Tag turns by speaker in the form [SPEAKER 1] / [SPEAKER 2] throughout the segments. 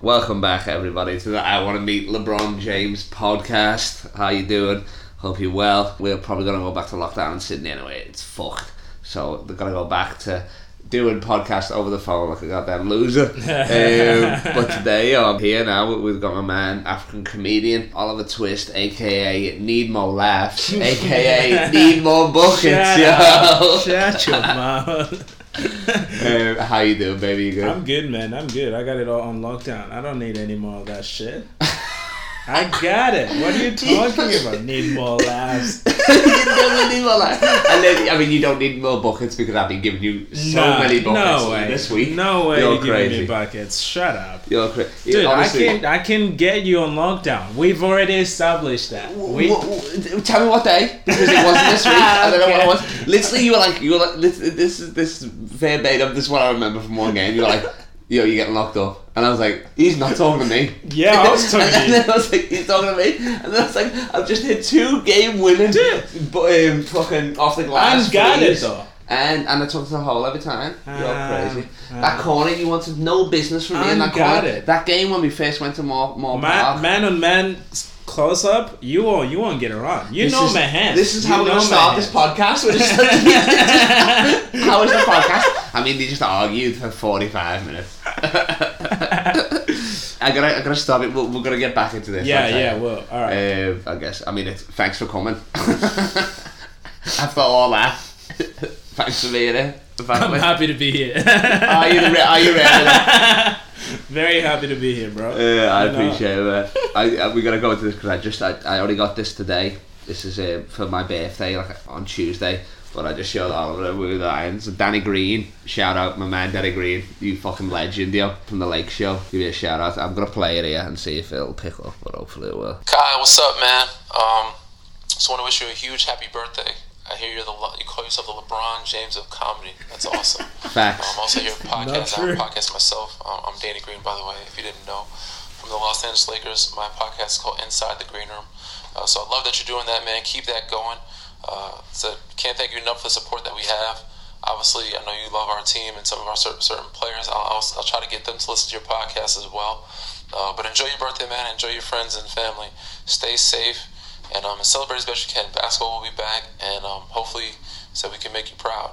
[SPEAKER 1] Welcome back, everybody, to the I Want to Meet LeBron James podcast. How you doing? Hope you're well. We're probably going to go back to lockdown in Sydney anyway. It's fucked. So they're going to go back to doing podcasts over the phone like a goddamn loser. um, but today I'm here now. We've got my man, African comedian Oliver Twist, aka Need More Laughs, aka Need More Buckets. yo.
[SPEAKER 2] Shut your mouth.
[SPEAKER 1] Um, how you doing, baby? You good?
[SPEAKER 2] I'm good, man. I'm good. I got it all on lockdown. I don't need any more of that shit. I got it. What are you talking about? Need more laughs.
[SPEAKER 1] you don't need more like. And then, I mean, you don't need more buckets because I've been giving you so
[SPEAKER 2] Nah,
[SPEAKER 1] many buckets
[SPEAKER 2] no way.
[SPEAKER 1] this week.
[SPEAKER 2] No way
[SPEAKER 1] You're
[SPEAKER 2] you're giving
[SPEAKER 1] crazy.
[SPEAKER 2] me buckets. Shut up.
[SPEAKER 1] You're crazy.
[SPEAKER 2] Dude, I can I can get you on lockdown. We've already established that. We
[SPEAKER 1] tell me what day because it wasn't this week. I don't know what it
[SPEAKER 2] Okay.
[SPEAKER 1] was. Literally, you were like, you were like, this, this is this is verbatim. This is what I remember from one game. You're like, yo, you're getting locked up, and I was like, he's not talking to me.
[SPEAKER 2] Yeah, I was talking to
[SPEAKER 1] and
[SPEAKER 2] you.
[SPEAKER 1] then I was like, he's talking to me, and then I was like, I've just hit two game winning,
[SPEAKER 2] Dude.
[SPEAKER 1] but um, fucking off the glass.
[SPEAKER 2] I've got it
[SPEAKER 1] please.
[SPEAKER 2] though.
[SPEAKER 1] And and I took to the hole every time. You're
[SPEAKER 2] Ah,
[SPEAKER 1] crazy.
[SPEAKER 2] ah.
[SPEAKER 1] that corner, you wanted no business from me in
[SPEAKER 2] I
[SPEAKER 1] that
[SPEAKER 2] got
[SPEAKER 1] corner.
[SPEAKER 2] it.
[SPEAKER 1] That game when we first went to more more
[SPEAKER 2] Man, man on man close up, you won't you won't get around. You know
[SPEAKER 1] is,
[SPEAKER 2] my hand.
[SPEAKER 1] This is how
[SPEAKER 2] you
[SPEAKER 1] we're gonna
[SPEAKER 2] know my
[SPEAKER 1] start this
[SPEAKER 2] hand.
[SPEAKER 1] podcast. We're just how is the podcast? I mean, they just argued for forty-five minutes. I gotta, I gotta stop it. We're, we're gonna get back into this.
[SPEAKER 2] Yeah,
[SPEAKER 1] okay?
[SPEAKER 2] yeah, well, alright.
[SPEAKER 1] Um, I guess. I mean, it's, thanks for coming. After all that, thanks for being here. by the
[SPEAKER 2] I'm
[SPEAKER 1] way.
[SPEAKER 2] happy to be here.
[SPEAKER 1] Are you re- are you ready?
[SPEAKER 2] Very happy to be here, bro.
[SPEAKER 1] Uh, I
[SPEAKER 2] No.
[SPEAKER 1] appreciate it. man. I, I we gotta go into this because I just I, I only got this today. This is uh, for my birthday, like on Tuesday. But I just showed Oliver with the irons. Danny Green, shout out my man Danny Green, you fucking legend, yo, from the Lake Show. Give you a shout out. I'm gonna play it here and see if it'll pick up, but hopefully it will.
[SPEAKER 3] Kai, what's up, man? Um, just want to wish you a huge happy birthday. I hear you're the Le- you call yourself the LeBron James of comedy. That's awesome. um,
[SPEAKER 1] Facts.
[SPEAKER 3] I'm also here podcast. I
[SPEAKER 2] true.
[SPEAKER 3] have a podcast myself. Um, I'm Danny Green, by the way, if you didn't know, from the Los Angeles Lakers. My podcast is called Inside the Green Room. Uh, so I love that you're doing that, man. Keep that going. Uh, so can't thank you enough for the support that we have. Obviously, I know you love our team and some of our cer- certain players. I'll, I'll, I'll try to get them to listen to your podcast as well. Uh, but enjoy your birthday, man. Enjoy your friends and family. Stay safe and um, celebrate as best you can. Basketball will be back, and um, hopefully, so we can make you proud.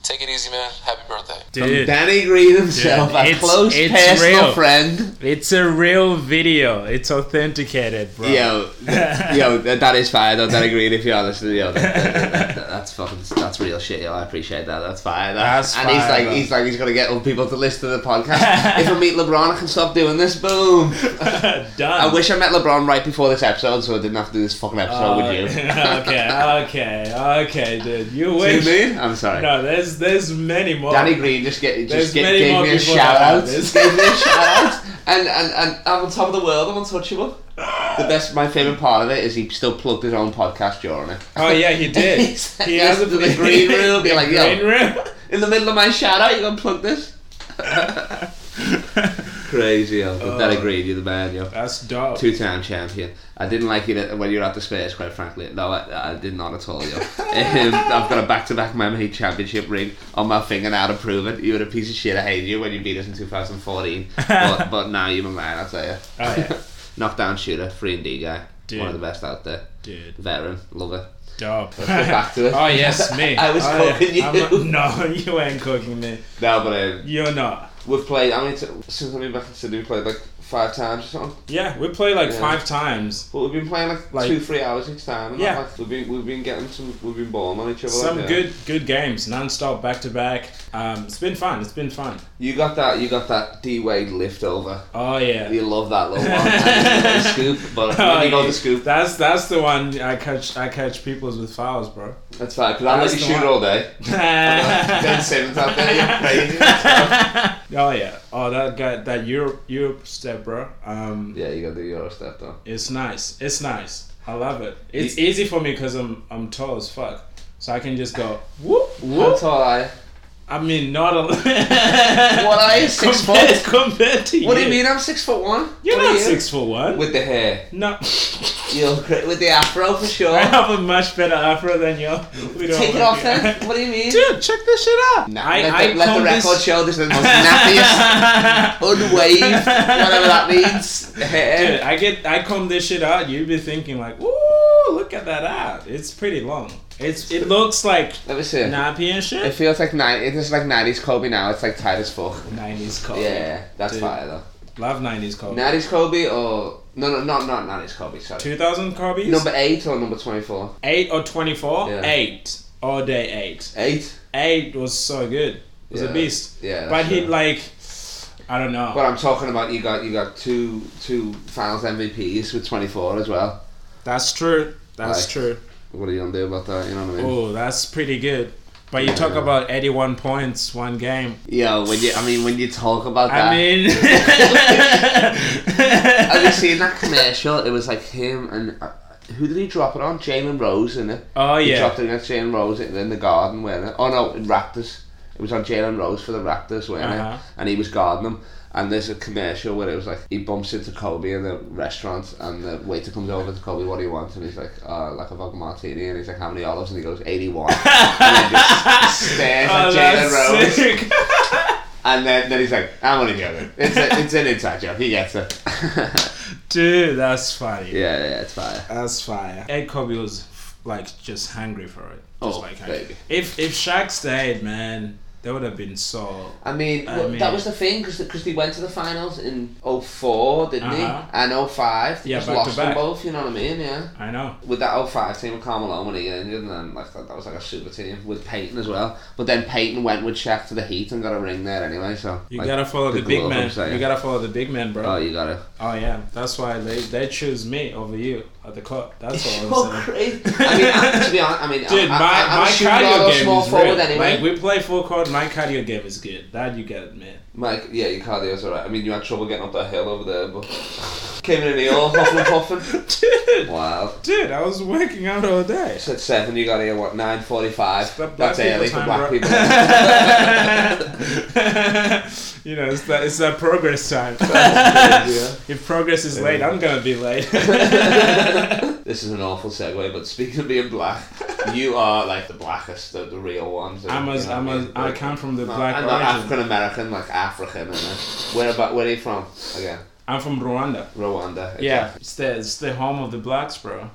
[SPEAKER 3] Take it easy, man. Happy birthday.
[SPEAKER 1] From
[SPEAKER 2] Dude,
[SPEAKER 1] Danny Green himself,
[SPEAKER 2] Dude,
[SPEAKER 1] a
[SPEAKER 2] it's-
[SPEAKER 1] close
[SPEAKER 2] it's
[SPEAKER 1] personal
[SPEAKER 2] real.
[SPEAKER 1] friend.
[SPEAKER 2] it's a real video. It's authenticated, bro.
[SPEAKER 1] Yo, th- yo, th- that is fire. Though, that agreed. If you're honest, yo, that, that, that, that's fucking, that's real shit. Yo, I appreciate that. That's fire. That.
[SPEAKER 2] That's
[SPEAKER 1] and
[SPEAKER 2] fire,
[SPEAKER 1] he's like,
[SPEAKER 2] though.
[SPEAKER 1] he's like, he's gonna get all people to listen to the podcast. if I meet LeBron, I can stop doing this. Boom.
[SPEAKER 2] Done.
[SPEAKER 1] I wish I met LeBron right before this episode, so I didn't have to do this fucking episode
[SPEAKER 2] Oh,
[SPEAKER 1] with you.
[SPEAKER 2] okay, okay, okay, dude. You
[SPEAKER 1] Do you
[SPEAKER 2] wish.
[SPEAKER 1] mean? I'm sorry.
[SPEAKER 2] No, there's there's many more.
[SPEAKER 1] Danny Green just get just
[SPEAKER 2] There's
[SPEAKER 1] get,
[SPEAKER 2] many
[SPEAKER 1] gave
[SPEAKER 2] more
[SPEAKER 1] me a
[SPEAKER 2] people
[SPEAKER 1] shout
[SPEAKER 2] that
[SPEAKER 1] out.
[SPEAKER 2] have this.
[SPEAKER 1] gave me a shout out. And, and, and I'm on top of the world, I'm untouchable. The best my favourite part of it is he still plugged his own podcast during it.
[SPEAKER 2] Oh yeah, he did.
[SPEAKER 1] He's- he's in the green room, be
[SPEAKER 2] the
[SPEAKER 1] like, yo.
[SPEAKER 2] green room.
[SPEAKER 1] In the middle of my shout out, you gonna plug this? Crazy, yo. But that
[SPEAKER 2] Oh.
[SPEAKER 1] agreed, you're the man, yo.
[SPEAKER 2] That's dope.
[SPEAKER 1] Two time champion. I didn't like you that- when you were at the Spurs, quite frankly. No, I, I did not at all, yo. um, I've got a back to back Miami Heat Championship ring on my finger now to prove it. You were a piece of shit. I hated you when you beat us in 2014. but, but now you're my man, I'll tell you.
[SPEAKER 2] Oh yeah,
[SPEAKER 1] Knockdown shooter, 3 and D guy.
[SPEAKER 2] Dude.
[SPEAKER 1] One of the best out there.
[SPEAKER 2] dude,
[SPEAKER 1] Veteran, lover.
[SPEAKER 2] dope.
[SPEAKER 1] back to it.
[SPEAKER 2] Oh yes, me.
[SPEAKER 1] I was
[SPEAKER 2] oh,
[SPEAKER 1] cooking
[SPEAKER 2] yeah.
[SPEAKER 1] you.
[SPEAKER 2] I'm not- no, you ain't cooking me.
[SPEAKER 1] No, but um,
[SPEAKER 2] You're not.
[SPEAKER 1] We've played. I mean, t- since I've been back in Sydney, we played like five times or something.
[SPEAKER 2] Yeah, we play like
[SPEAKER 1] Yeah.
[SPEAKER 2] five times.
[SPEAKER 1] But we've been playing like,
[SPEAKER 2] Like-
[SPEAKER 1] two, three hours each time. And
[SPEAKER 2] Yeah.
[SPEAKER 1] Like, we've been we've been getting some. We've been balling on each other.
[SPEAKER 2] Some
[SPEAKER 1] like, yeah.
[SPEAKER 2] good good games, non-stop, back to back. Um, it's been fun. It's been fun.
[SPEAKER 1] You got that. You got that D Wade lift over.
[SPEAKER 2] Oh yeah.
[SPEAKER 1] You love that little one. And you go to scoop, but
[SPEAKER 2] Oh,
[SPEAKER 1] when you go to
[SPEAKER 2] yeah.
[SPEAKER 1] scoop,
[SPEAKER 2] That's that's the one I catch. I catch people's with fouls, bro.
[SPEAKER 1] that's fine. Because I let
[SPEAKER 2] That's
[SPEAKER 1] you
[SPEAKER 2] the
[SPEAKER 1] shoot
[SPEAKER 2] one.
[SPEAKER 1] all day. Ben Simmons out there, you're crazy. yeah,
[SPEAKER 2] Oh yeah. Oh that guy that Europe Europe step, bro. Um,
[SPEAKER 1] you got to do your step though.
[SPEAKER 2] it's nice. It's nice. I love it. It's easy for me because I'm I'm tall as fuck, so I can just go whoop
[SPEAKER 1] How
[SPEAKER 2] whoop.
[SPEAKER 1] tall are you?
[SPEAKER 2] I mean, not a.
[SPEAKER 1] What are you, six
[SPEAKER 2] compared,
[SPEAKER 1] foot?
[SPEAKER 2] Compared to
[SPEAKER 1] What do you mean? I'm six foot one.
[SPEAKER 2] You're
[SPEAKER 1] What are
[SPEAKER 2] not
[SPEAKER 1] you?
[SPEAKER 2] six foot one.
[SPEAKER 1] With the hair,
[SPEAKER 2] no,
[SPEAKER 1] you're cra- with the afro for sure.
[SPEAKER 2] I have a much better afro than you. We don't
[SPEAKER 1] Take it
[SPEAKER 2] work
[SPEAKER 1] off
[SPEAKER 2] here.
[SPEAKER 1] then. What do you mean?
[SPEAKER 2] Dude, check this shit out.
[SPEAKER 1] Nah,
[SPEAKER 2] I-
[SPEAKER 1] let,
[SPEAKER 2] I
[SPEAKER 1] the, let the
[SPEAKER 2] combed
[SPEAKER 1] record
[SPEAKER 2] this-
[SPEAKER 1] show this is the most nappiest, unwaved, whatever that means.
[SPEAKER 2] Dude,
[SPEAKER 1] Hair.
[SPEAKER 2] I get I comb this shit out. You'd be thinking like, "Ooh, look at that out! It's pretty long. It's it looks like
[SPEAKER 1] Let me see.
[SPEAKER 2] nappy and
[SPEAKER 1] It
[SPEAKER 2] shit."
[SPEAKER 1] feels like 90, it's like 90s Kobe now, it's like tight as fuck.
[SPEAKER 2] Nineties Kobe.
[SPEAKER 1] Yeah, that's
[SPEAKER 2] Oh. Dude.
[SPEAKER 1] fire though.
[SPEAKER 2] Love nineties Kobe.
[SPEAKER 1] 90s Kobe or. No, no, not, not 90s Kobe, sorry.
[SPEAKER 2] Two thousand Kobe's.
[SPEAKER 1] Number 8 or number 24?
[SPEAKER 2] eight or twenty four.
[SPEAKER 1] Yeah.
[SPEAKER 2] Eight. All day eight.
[SPEAKER 1] 8?
[SPEAKER 2] Eight was so good. It was
[SPEAKER 1] Yeah.
[SPEAKER 2] a beast.
[SPEAKER 1] Yeah. that's
[SPEAKER 2] but he
[SPEAKER 1] true.
[SPEAKER 2] like, I don't know.
[SPEAKER 1] But I'm talking about you got you got two two finals MVPs with 24 as well.
[SPEAKER 2] That's true. That's
[SPEAKER 1] Like-
[SPEAKER 2] true.
[SPEAKER 1] What are you gonna do about that? You know what I mean?
[SPEAKER 2] Oh, that's pretty good. But you talk
[SPEAKER 1] Yeah.
[SPEAKER 2] about eighty-one points, one game.
[SPEAKER 1] Yeah, when you I mean when you talk about that,
[SPEAKER 2] I mean,
[SPEAKER 1] Have you seen that commercial? It was like him and uh, who did he drop it on? Jalen Rose, in it.
[SPEAKER 2] oh
[SPEAKER 1] He
[SPEAKER 2] yeah,
[SPEAKER 1] dropped it against Jalen Rose in in the garden, weren't it? Oh no, in Raptors. It was on Jalen Rose for the Raptors, weren't
[SPEAKER 2] Uh-huh.
[SPEAKER 1] it? And he was guarding them. And there's a commercial where it was like he bumps into Kobe in the restaurant, and the waiter comes over to Kobe, "What do you want?" And he's like, uh, "Like a vodka martini." And he's like, "How many olives?" And he goes, "81." and then just stares
[SPEAKER 2] Oh,
[SPEAKER 1] at Jalen Rose,
[SPEAKER 2] that's sick.
[SPEAKER 1] and then, then he's like, "I'm only joking. It's a, it's an inside joke. He gets it." yeah,
[SPEAKER 2] Dude, that's funny.
[SPEAKER 1] yeah, it's fire.
[SPEAKER 2] That's fire. Ed Kobe was like just hungry for it. Just
[SPEAKER 1] Oh,
[SPEAKER 2] like
[SPEAKER 1] baby.
[SPEAKER 2] If if Shaq stayed, man, that would have been so.
[SPEAKER 1] I mean,
[SPEAKER 2] I
[SPEAKER 1] well,
[SPEAKER 2] mean-
[SPEAKER 1] that was the thing because they went to the finals in 04, didn't
[SPEAKER 2] Uh-huh.
[SPEAKER 1] they? And 05. They
[SPEAKER 2] Yeah,
[SPEAKER 1] just
[SPEAKER 2] back to
[SPEAKER 1] lost them
[SPEAKER 2] back.
[SPEAKER 1] both, you know what I mean? Yeah.
[SPEAKER 2] I know.
[SPEAKER 1] With that 05 team with Carmelo when he got injured, and then like, that, that was like a super team with Peyton as well. But then Peyton went with Shaq to the Heat and got a ring there anyway, so.
[SPEAKER 2] You
[SPEAKER 1] like,
[SPEAKER 2] gotta follow the
[SPEAKER 1] good
[SPEAKER 2] big
[SPEAKER 1] glove,
[SPEAKER 2] man.
[SPEAKER 1] I'm saying.
[SPEAKER 2] You gotta follow the big man, bro.
[SPEAKER 1] Oh, you gotta.
[SPEAKER 2] Oh yeah, that's why they they choose me over you at the court. That's all
[SPEAKER 1] Oh,
[SPEAKER 2] I'm saying.
[SPEAKER 1] crazy. I mean, I- to be honest, I mean,
[SPEAKER 2] Dude,
[SPEAKER 1] I, I,
[SPEAKER 2] my,
[SPEAKER 1] I'm
[SPEAKER 2] my
[SPEAKER 1] a shooting guard
[SPEAKER 2] cardio
[SPEAKER 1] or
[SPEAKER 2] game
[SPEAKER 1] small
[SPEAKER 2] is
[SPEAKER 1] forward
[SPEAKER 2] great.
[SPEAKER 1] anyway.
[SPEAKER 2] Like we play full court, my cardio game is good. That you get it, man.
[SPEAKER 1] Mike, yeah, your cardio's alright. I mean, you had trouble getting up that hill over there, but came in in the all huffing and puffing.
[SPEAKER 2] Dude,
[SPEAKER 1] Wow.
[SPEAKER 2] dude, I was working out all day.
[SPEAKER 1] It's at seven. You got here what nine forty-five.
[SPEAKER 2] But black
[SPEAKER 1] That's
[SPEAKER 2] people
[SPEAKER 1] early for
[SPEAKER 2] time,
[SPEAKER 1] black
[SPEAKER 2] bro.
[SPEAKER 1] people.
[SPEAKER 2] you know, it's that it's that progress time.
[SPEAKER 1] Yeah.
[SPEAKER 2] if progress is late, I'm gonna be late.
[SPEAKER 1] this is an awful segue, but speaking of being black, you are like the blackest, the, the real ones.
[SPEAKER 2] I'm
[SPEAKER 1] you
[SPEAKER 2] a,
[SPEAKER 1] know
[SPEAKER 2] I'm
[SPEAKER 1] what
[SPEAKER 2] a, I
[SPEAKER 1] Like,
[SPEAKER 2] come from the
[SPEAKER 1] no,
[SPEAKER 2] black
[SPEAKER 1] I'm not
[SPEAKER 2] origin.
[SPEAKER 1] African American, like African. And where about? Where are you from? Again,
[SPEAKER 2] I'm from Rwanda.
[SPEAKER 1] Rwanda. exactly.
[SPEAKER 2] Yeah, it's the it's the home of the blacks, bro.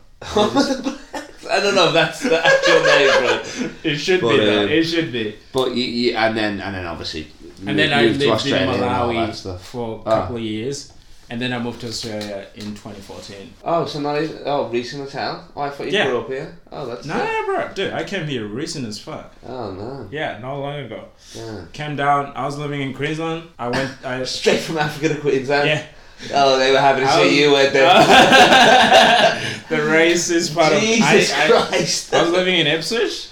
[SPEAKER 1] I don't know if that's the actual name,
[SPEAKER 2] It should
[SPEAKER 1] But,
[SPEAKER 2] be. though.
[SPEAKER 1] um,
[SPEAKER 2] it should be.
[SPEAKER 1] but but you, you and then and then obviously
[SPEAKER 2] And then
[SPEAKER 1] you
[SPEAKER 2] I
[SPEAKER 1] moved to
[SPEAKER 2] lived in
[SPEAKER 1] Australia and all that
[SPEAKER 2] Malawi
[SPEAKER 1] stuff.
[SPEAKER 2] for a
[SPEAKER 1] Ah.
[SPEAKER 2] couple of years, and then I moved to Australia in 2014.
[SPEAKER 1] Oh, so not even, oh recent as hell. Oh, I thought you
[SPEAKER 2] Yeah.
[SPEAKER 1] grew up here. Oh, that's
[SPEAKER 2] No,
[SPEAKER 1] sick.
[SPEAKER 2] no, bro, dude, I came here recent as fuck.
[SPEAKER 1] Oh no.
[SPEAKER 2] Yeah, not long ago.
[SPEAKER 1] Yeah.
[SPEAKER 2] Came down. I was living in Queensland. I went. I
[SPEAKER 1] Straight from Africa to Queensland.
[SPEAKER 2] yeah.
[SPEAKER 1] Oh, they were happy to
[SPEAKER 2] I was-
[SPEAKER 1] see you, weren't they?
[SPEAKER 2] the racist part
[SPEAKER 1] Jesus
[SPEAKER 2] of Oh. um, I,
[SPEAKER 1] Christ!
[SPEAKER 2] I, I was living in Ipswich.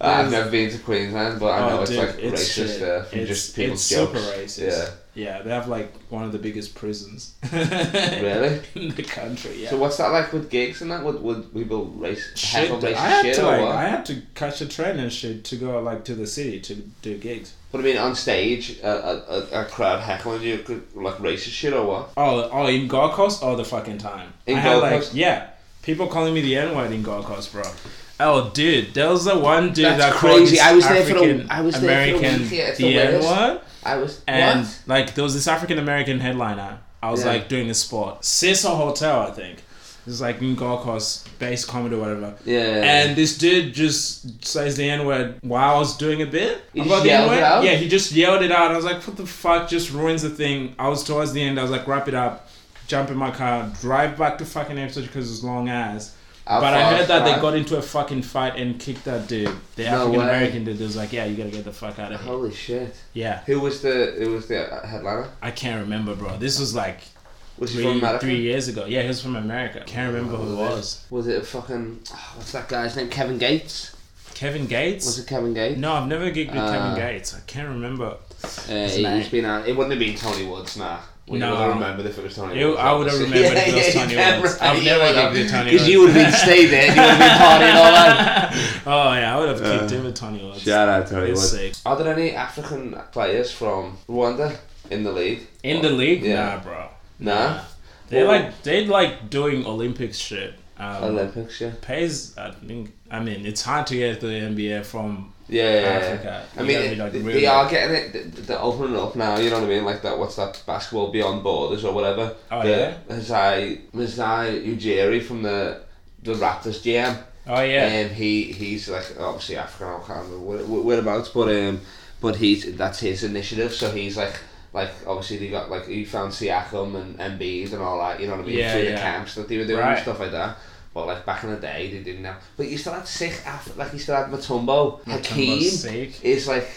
[SPEAKER 1] I've never been to Queensland, but I know
[SPEAKER 2] Oh,
[SPEAKER 1] it's
[SPEAKER 2] dude,
[SPEAKER 1] like racist
[SPEAKER 2] shit.
[SPEAKER 1] there from
[SPEAKER 2] it's,
[SPEAKER 1] just people's
[SPEAKER 2] it's
[SPEAKER 1] jokes.
[SPEAKER 2] super racist. Yeah. they have like one of the biggest prisons.
[SPEAKER 1] Yeah, really.
[SPEAKER 2] In the country, yeah.
[SPEAKER 1] So what's that like with gigs and that? Would would people race
[SPEAKER 2] shit,
[SPEAKER 1] heckle
[SPEAKER 2] dude,
[SPEAKER 1] racist
[SPEAKER 2] I had
[SPEAKER 1] shit
[SPEAKER 2] to
[SPEAKER 1] or
[SPEAKER 2] like,
[SPEAKER 1] what?
[SPEAKER 2] I had to catch a train and shit to go like to the city to do gigs.
[SPEAKER 1] But I mean, on stage, a, a, a, a crowd heckling you could- like racist shit or what?
[SPEAKER 2] Oh, oh, in Gold Coast all the fucking time.
[SPEAKER 1] In
[SPEAKER 2] I had,
[SPEAKER 1] Gold
[SPEAKER 2] like,
[SPEAKER 1] Coast?
[SPEAKER 2] Yeah, people calling me the N word in Gold Coast, bro. Oh, dude, there was the one dude
[SPEAKER 1] That's
[SPEAKER 2] that
[SPEAKER 1] crazy.
[SPEAKER 2] called
[SPEAKER 1] I was
[SPEAKER 2] this
[SPEAKER 1] there for the-
[SPEAKER 2] African
[SPEAKER 1] I was there for the
[SPEAKER 2] American
[SPEAKER 1] week here. It's the
[SPEAKER 2] the N
[SPEAKER 1] weirdest.
[SPEAKER 2] word.
[SPEAKER 1] I was
[SPEAKER 2] and
[SPEAKER 1] what?
[SPEAKER 2] like there was this African American headliner. I was
[SPEAKER 1] Yeah.
[SPEAKER 2] like doing a spot, Cecil Hotel, I think. It was like in Gold Coast, base comedy or whatever.
[SPEAKER 1] Yeah.
[SPEAKER 2] And this dude just says the N word while I was doing a bit.
[SPEAKER 1] He just yelled it out?
[SPEAKER 2] Yeah, he just yelled it out. I was like, what the fuck? Just ruins the thing. I was towards the end. I was like, wrap it up, jump in my car, drive back to fucking Ipswich because it's long ass.
[SPEAKER 1] How
[SPEAKER 2] but I
[SPEAKER 1] far
[SPEAKER 2] heard that they
[SPEAKER 1] drive?
[SPEAKER 2] got into a fucking fight and kicked that dude, the
[SPEAKER 1] No way.
[SPEAKER 2] African American dude. That was like, yeah, you gotta get the fuck out of here.
[SPEAKER 1] Holy shit!
[SPEAKER 2] Yeah,
[SPEAKER 1] Who was the who was the headliner?
[SPEAKER 2] I can't remember, bro. This was like
[SPEAKER 1] Was he
[SPEAKER 2] three,
[SPEAKER 1] from America?
[SPEAKER 2] three years ago. Yeah, he was from America. Can't remember who it was.
[SPEAKER 1] Was it fucking oh, what's that guy's name? Kevin Gates?
[SPEAKER 2] Kevin
[SPEAKER 1] Was
[SPEAKER 2] Gates?
[SPEAKER 1] it Kevin Gates?
[SPEAKER 2] No, I've never gigged with
[SPEAKER 1] Uh,
[SPEAKER 2] Kevin Gates. I can't remember.
[SPEAKER 1] Uh,
[SPEAKER 2] His name.
[SPEAKER 1] he's been on. It wouldn't have been Tony Woods, nah. Would
[SPEAKER 2] No.
[SPEAKER 1] you have remembered if it was Tony?
[SPEAKER 2] You-
[SPEAKER 1] Woods,
[SPEAKER 2] I would have
[SPEAKER 1] obviously.
[SPEAKER 2] remembered if it was Tony Woods. I've
[SPEAKER 1] you
[SPEAKER 2] never
[SPEAKER 1] would
[SPEAKER 2] given
[SPEAKER 1] have.
[SPEAKER 2] you Tony
[SPEAKER 1] Because you would
[SPEAKER 2] Woods.
[SPEAKER 1] have been stayed there. and You would have been partying all out.
[SPEAKER 2] Oh yeah, I would have kicked him with Tony Woods.
[SPEAKER 1] Uh, Shout out Tony
[SPEAKER 2] It's
[SPEAKER 1] Woods.
[SPEAKER 2] sick.
[SPEAKER 1] Are there any African players from Rwanda in the league?
[SPEAKER 2] In the league,
[SPEAKER 1] Yeah.
[SPEAKER 2] nah, bro.
[SPEAKER 1] Nah.
[SPEAKER 2] They
[SPEAKER 1] Well-
[SPEAKER 2] like they like doing Olympic shit. Um,
[SPEAKER 1] Olympics, yeah.
[SPEAKER 2] Pays, I think. I mean, it's hard to get to the NBA from.
[SPEAKER 1] Yeah, yeah, yeah.
[SPEAKER 2] Africa.
[SPEAKER 1] I
[SPEAKER 2] You
[SPEAKER 1] mean,
[SPEAKER 2] gotta be,
[SPEAKER 1] it-
[SPEAKER 2] like,
[SPEAKER 1] they-
[SPEAKER 2] really-
[SPEAKER 1] they are getting it. th- th- They're opening it up now. You know what I mean? Like that. What's that? Basketball beyond borders or whatever.
[SPEAKER 2] Oh,
[SPEAKER 1] the,
[SPEAKER 2] yeah?
[SPEAKER 1] Masai Masai Ujiri from the the Raptors GM.
[SPEAKER 2] Oh yeah,
[SPEAKER 1] Um, he he's like obviously African. I can't remember where- where- whereabouts, but um, but he's that's his initiative. So he's like like obviously they got like he found Siakam and Embiid and all that. You know what I mean?
[SPEAKER 2] Yeah,
[SPEAKER 1] Through the
[SPEAKER 2] yeah.
[SPEAKER 1] camps that they were doing and
[SPEAKER 2] Right.
[SPEAKER 1] stuff like that. But like back in the day, they didn't have. But you still had sick Af- like you still had Matumbo.
[SPEAKER 2] Matumbo's
[SPEAKER 1] Hakeem
[SPEAKER 2] sick.
[SPEAKER 1] is like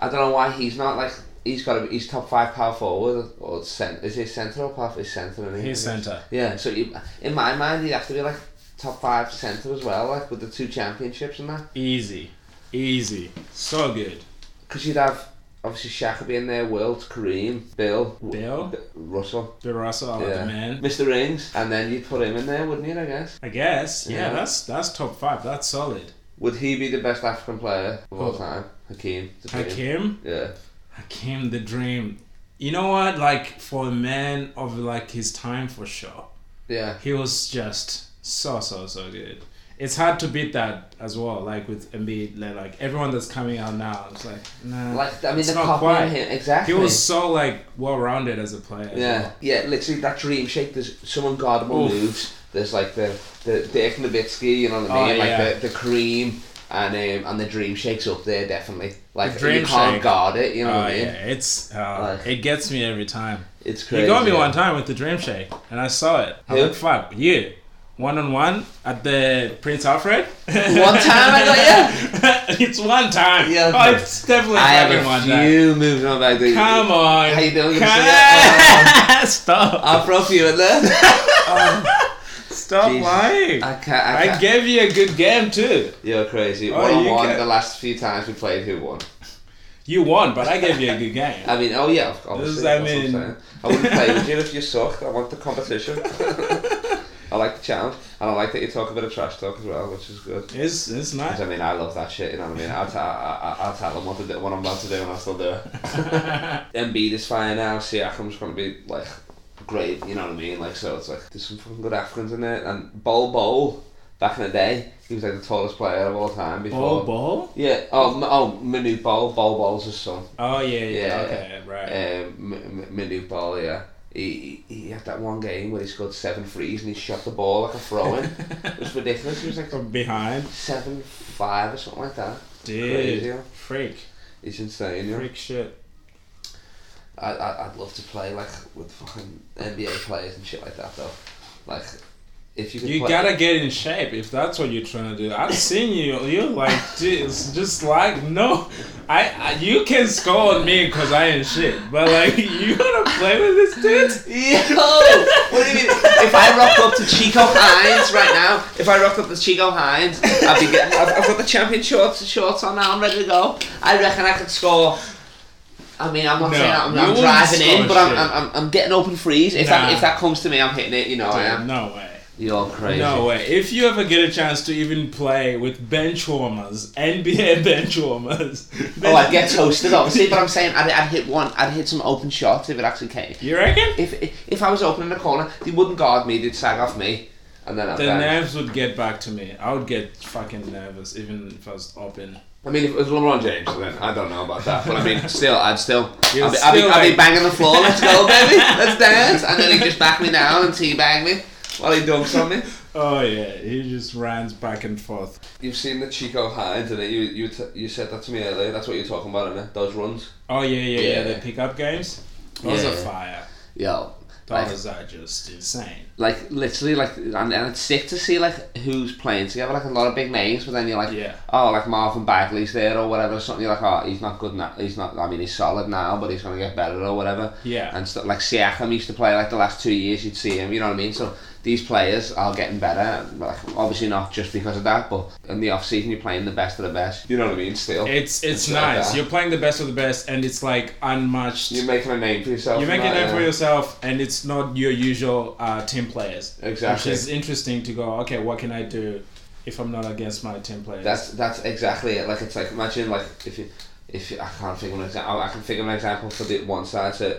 [SPEAKER 1] I don't know why he's not like. He's got to, he's top five power forward or cent is he centre or power is centre isn't he?
[SPEAKER 2] he's center.
[SPEAKER 1] Yeah, so you, in my mind, he'd have to be like top five centre as well, like with the two championships and that.
[SPEAKER 2] Easy, easy, so good.
[SPEAKER 1] Because you'd have obviously Shaq would be in there, Wilt, Kareem, Bill, W-
[SPEAKER 2] Bill?
[SPEAKER 1] B- Russell,
[SPEAKER 2] Bill Russell, I like
[SPEAKER 1] yeah,
[SPEAKER 2] the man.
[SPEAKER 1] Mr. Rings, and then you'd put him in there, wouldn't you? I guess
[SPEAKER 2] I guess. Yeah,
[SPEAKER 1] Yeah.
[SPEAKER 2] that's that's top five. That's solid.
[SPEAKER 1] would he be the best African player of all
[SPEAKER 2] Who?
[SPEAKER 1] time? Hakeem. the dream.
[SPEAKER 2] Hakim,
[SPEAKER 1] Yeah,
[SPEAKER 2] Hakim, the dream. You know what? Like for a man of like his time, for sure.
[SPEAKER 1] yeah,
[SPEAKER 2] he was just so so so good. It's hard to beat that as well. Like with Embiid, like, like everyone that's coming out now, it's like nah.
[SPEAKER 1] like I mean,
[SPEAKER 2] it's
[SPEAKER 1] the
[SPEAKER 2] not
[SPEAKER 1] copying
[SPEAKER 2] quite.
[SPEAKER 1] him exactly.
[SPEAKER 2] He was so like well rounded as a player. as
[SPEAKER 1] Yeah,
[SPEAKER 2] well.
[SPEAKER 1] yeah, literally that dream shape. There's some unguardable
[SPEAKER 2] Oof.
[SPEAKER 1] moves. There's like the the Dirk Nowitzki, you know what I mean?
[SPEAKER 2] Oh,
[SPEAKER 1] like
[SPEAKER 2] yeah.
[SPEAKER 1] the, the cream and um, and the dream shakes up there definitely. Like
[SPEAKER 2] The Dream
[SPEAKER 1] you can't
[SPEAKER 2] Shake.
[SPEAKER 1] guard it, you know
[SPEAKER 2] Oh
[SPEAKER 1] what I mean?
[SPEAKER 2] yeah, it's uh,
[SPEAKER 1] Like-
[SPEAKER 2] it gets me every time.
[SPEAKER 1] It's
[SPEAKER 2] He
[SPEAKER 1] crazy.
[SPEAKER 2] got me
[SPEAKER 1] yeah.
[SPEAKER 2] one time with the Dream Shake, and I saw it. I
[SPEAKER 1] Who?
[SPEAKER 2] was like, "Fuck you!" One on one at the Prince Alfred.
[SPEAKER 1] One time I got
[SPEAKER 2] you. it's one time.
[SPEAKER 1] Yeah,
[SPEAKER 2] oh,
[SPEAKER 1] okay.
[SPEAKER 2] it's definitely
[SPEAKER 1] I
[SPEAKER 2] fucking one
[SPEAKER 1] have a
[SPEAKER 2] time.
[SPEAKER 1] few moves on my dude.
[SPEAKER 2] Come on.
[SPEAKER 1] How you doing? You see
[SPEAKER 2] Come Stop.
[SPEAKER 1] I'll throw a few in there.
[SPEAKER 2] Stop
[SPEAKER 1] Jesus.
[SPEAKER 2] lying.
[SPEAKER 1] I
[SPEAKER 2] I,
[SPEAKER 1] can't. I can't.
[SPEAKER 2] gave you a good game too.
[SPEAKER 1] You're crazy.
[SPEAKER 2] Oh,
[SPEAKER 1] One on
[SPEAKER 2] you
[SPEAKER 1] one.
[SPEAKER 2] get-
[SPEAKER 1] The last few times we played, who won?
[SPEAKER 2] You won, but I gave you a good game.
[SPEAKER 1] I mean, oh yeah, obviously.
[SPEAKER 2] This is- I
[SPEAKER 1] that's what I'm
[SPEAKER 2] mean-
[SPEAKER 1] saying. I wouldn't play with you if you sucked. I want the competition. I like the challenge, and I like that you talk a bit of trash talk as well, which is good.
[SPEAKER 2] It's it's
[SPEAKER 1] 'Cause,
[SPEAKER 2] nice.
[SPEAKER 1] I mean, I love that shit. You know what I mean? I'll, t- I, I, I'll tell them what to do, what I'm about to do, and I'll still do it. Embiid is fine now. Siakam's gonna be like great. You know what I mean? Like so, it's like there's some fucking good Africans in there. And Bol Bol, back in the day, he was like the tallest player of all time before.
[SPEAKER 2] Ball ball.
[SPEAKER 1] Yeah. Oh, M- oh, Manute Bol. Bol Bol's his son.
[SPEAKER 2] Oh yeah, yeah.
[SPEAKER 1] Yeah.
[SPEAKER 2] Okay, right.
[SPEAKER 1] Um, M- M- Manute Bol. Yeah. He, he he had that one game where he scored seven threes and he shot the ball like a throw in. it was ridiculous. He was like
[SPEAKER 2] From behind,
[SPEAKER 1] seven five or something like that.
[SPEAKER 2] dude.
[SPEAKER 1] Crazy. yeah.
[SPEAKER 2] Freak,
[SPEAKER 1] It's insane. Yeah.
[SPEAKER 2] freak shit.
[SPEAKER 1] I, I I'd love to play like with fucking NBA players and shit like that though. Like if you could
[SPEAKER 2] You
[SPEAKER 1] play,
[SPEAKER 2] gotta get in shape if that's what you're trying to do. I've seen you. You're like just, just like no. I, I you can score on me because I ain't shit, but like you wanna play with this dude?
[SPEAKER 1] Yo! What do you mean? If I rock up to Chico Hines right now, if I rock up to Chico Hines, I'd be getting. I've, I've got the champion shorts shorts on now. I'm ready to go. I reckon I could score. I mean, I'm not
[SPEAKER 2] No,
[SPEAKER 1] saying I'm,
[SPEAKER 2] you
[SPEAKER 1] I'm
[SPEAKER 2] wouldn't
[SPEAKER 1] driving
[SPEAKER 2] score
[SPEAKER 1] in, but I'm,
[SPEAKER 2] shit.
[SPEAKER 1] I'm, I'm, I'm getting open freeze. If that
[SPEAKER 2] Nah.
[SPEAKER 1] if that comes to me, I'm hitting it. You know, I am.
[SPEAKER 2] No way.
[SPEAKER 1] You're Oh, crazy.
[SPEAKER 2] No way. If you ever get a chance to even play with bench warmers, NBA bench warmers,
[SPEAKER 1] Oh, I'd get toasted, obviously, but I'm saying I'd, I'd hit one. I'd hit some open shots if it actually came.
[SPEAKER 2] You reckon?
[SPEAKER 1] If if I was opening a corner, they wouldn't guard me. They'd sag off me, and then I'd.
[SPEAKER 2] The
[SPEAKER 1] bang.
[SPEAKER 2] nerves would get back to me. I would get fucking nervous even if I was open.
[SPEAKER 1] I mean, if it was LeBron James, then I don't know about that. But I mean, still, I'd still, I'd be,
[SPEAKER 2] You're
[SPEAKER 1] I'd, be,
[SPEAKER 2] still
[SPEAKER 1] I'd be
[SPEAKER 2] like-
[SPEAKER 1] banging the floor. Let's go, baby. Let's dance. And then he'd just back me down and teabag me while he dunks on me.
[SPEAKER 2] Oh yeah, he just runs back and forth.
[SPEAKER 1] You've seen the Chico Hines, and you you t- you said that to me earlier. That's what you're talking about, innit? Those runs.
[SPEAKER 2] Oh yeah, yeah, yeah.
[SPEAKER 1] Yeah.
[SPEAKER 2] The pickup games, those
[SPEAKER 1] Yeah.
[SPEAKER 2] are fire.
[SPEAKER 1] Yo, like,
[SPEAKER 2] Those are just insane.
[SPEAKER 1] like literally, like, and, and it's sick to see like who's playing together. Like a lot of big names, but then you're like,
[SPEAKER 2] Yeah.
[SPEAKER 1] oh, like Marvin Bagley's there or whatever. Something you're like, oh, he's not good now. He's not. I mean, he's solid now, but he's gonna get better or whatever.
[SPEAKER 2] Yeah.
[SPEAKER 1] and stuff like Siakam used to play like the last two years you'd see him you know what I mean so these players are getting better. Like, obviously not just because of that, but in the off season you're playing the best of the best. You know what I mean? Still,
[SPEAKER 2] It's it's
[SPEAKER 1] It's like
[SPEAKER 2] nice.
[SPEAKER 1] that.
[SPEAKER 2] You're playing the best of the best, and it's like unmatched.
[SPEAKER 1] you're
[SPEAKER 2] You're
[SPEAKER 1] making a name for yourself.
[SPEAKER 2] making
[SPEAKER 1] and
[SPEAKER 2] it
[SPEAKER 1] that,
[SPEAKER 2] for
[SPEAKER 1] yeah.
[SPEAKER 2] yourself, and it's not your usual uh, team players.
[SPEAKER 1] Exactly.
[SPEAKER 2] Which is interesting to go. Okay, what can I do if I'm not against my team players?
[SPEAKER 1] That's that's exactly it. Like it's like imagine like if you if you, I can't think of an example, I can think of an example for the one side to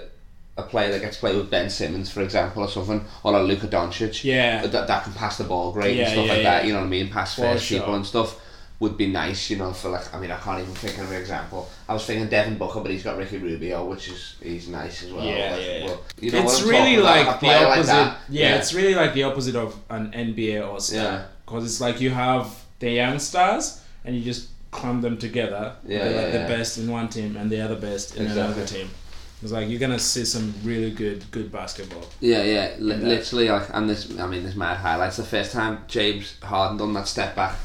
[SPEAKER 1] a player that gets played with Ben Simmons, for example, or something, or a Luka Doncic.
[SPEAKER 2] Yeah.
[SPEAKER 1] That, that can pass the ball great
[SPEAKER 2] Yeah,
[SPEAKER 1] and stuff
[SPEAKER 2] yeah,
[SPEAKER 1] like
[SPEAKER 2] yeah.
[SPEAKER 1] that. You know what I mean? Pass
[SPEAKER 2] For
[SPEAKER 1] first
[SPEAKER 2] sure.
[SPEAKER 1] people and stuff would be nice. You know, for like I mean I can't even think of an example. I was thinking Devin Booker, but he's got Ricky Rubio, which is he's nice as well.
[SPEAKER 2] Yeah,
[SPEAKER 1] like,
[SPEAKER 2] yeah.
[SPEAKER 1] well, you know what
[SPEAKER 2] it's
[SPEAKER 1] I'm talking
[SPEAKER 2] really
[SPEAKER 1] about,
[SPEAKER 2] like
[SPEAKER 1] a
[SPEAKER 2] the
[SPEAKER 1] player
[SPEAKER 2] opposite.
[SPEAKER 1] that.
[SPEAKER 2] yeah, it's really like the opposite of an NBA All
[SPEAKER 1] Yeah.
[SPEAKER 2] Star. Because it's like you have the young stars and you just clump them together.
[SPEAKER 1] Yeah,
[SPEAKER 2] They're
[SPEAKER 1] yeah,
[SPEAKER 2] like
[SPEAKER 1] yeah.
[SPEAKER 2] the best in one team and the other best in
[SPEAKER 1] Exactly.
[SPEAKER 2] another team. It's like you're gonna see some really good good basketball.
[SPEAKER 1] Yeah, yeah, li-
[SPEAKER 2] that.
[SPEAKER 1] literally. Like, and this, I mean, this mad highlights the first time James Harden done that step back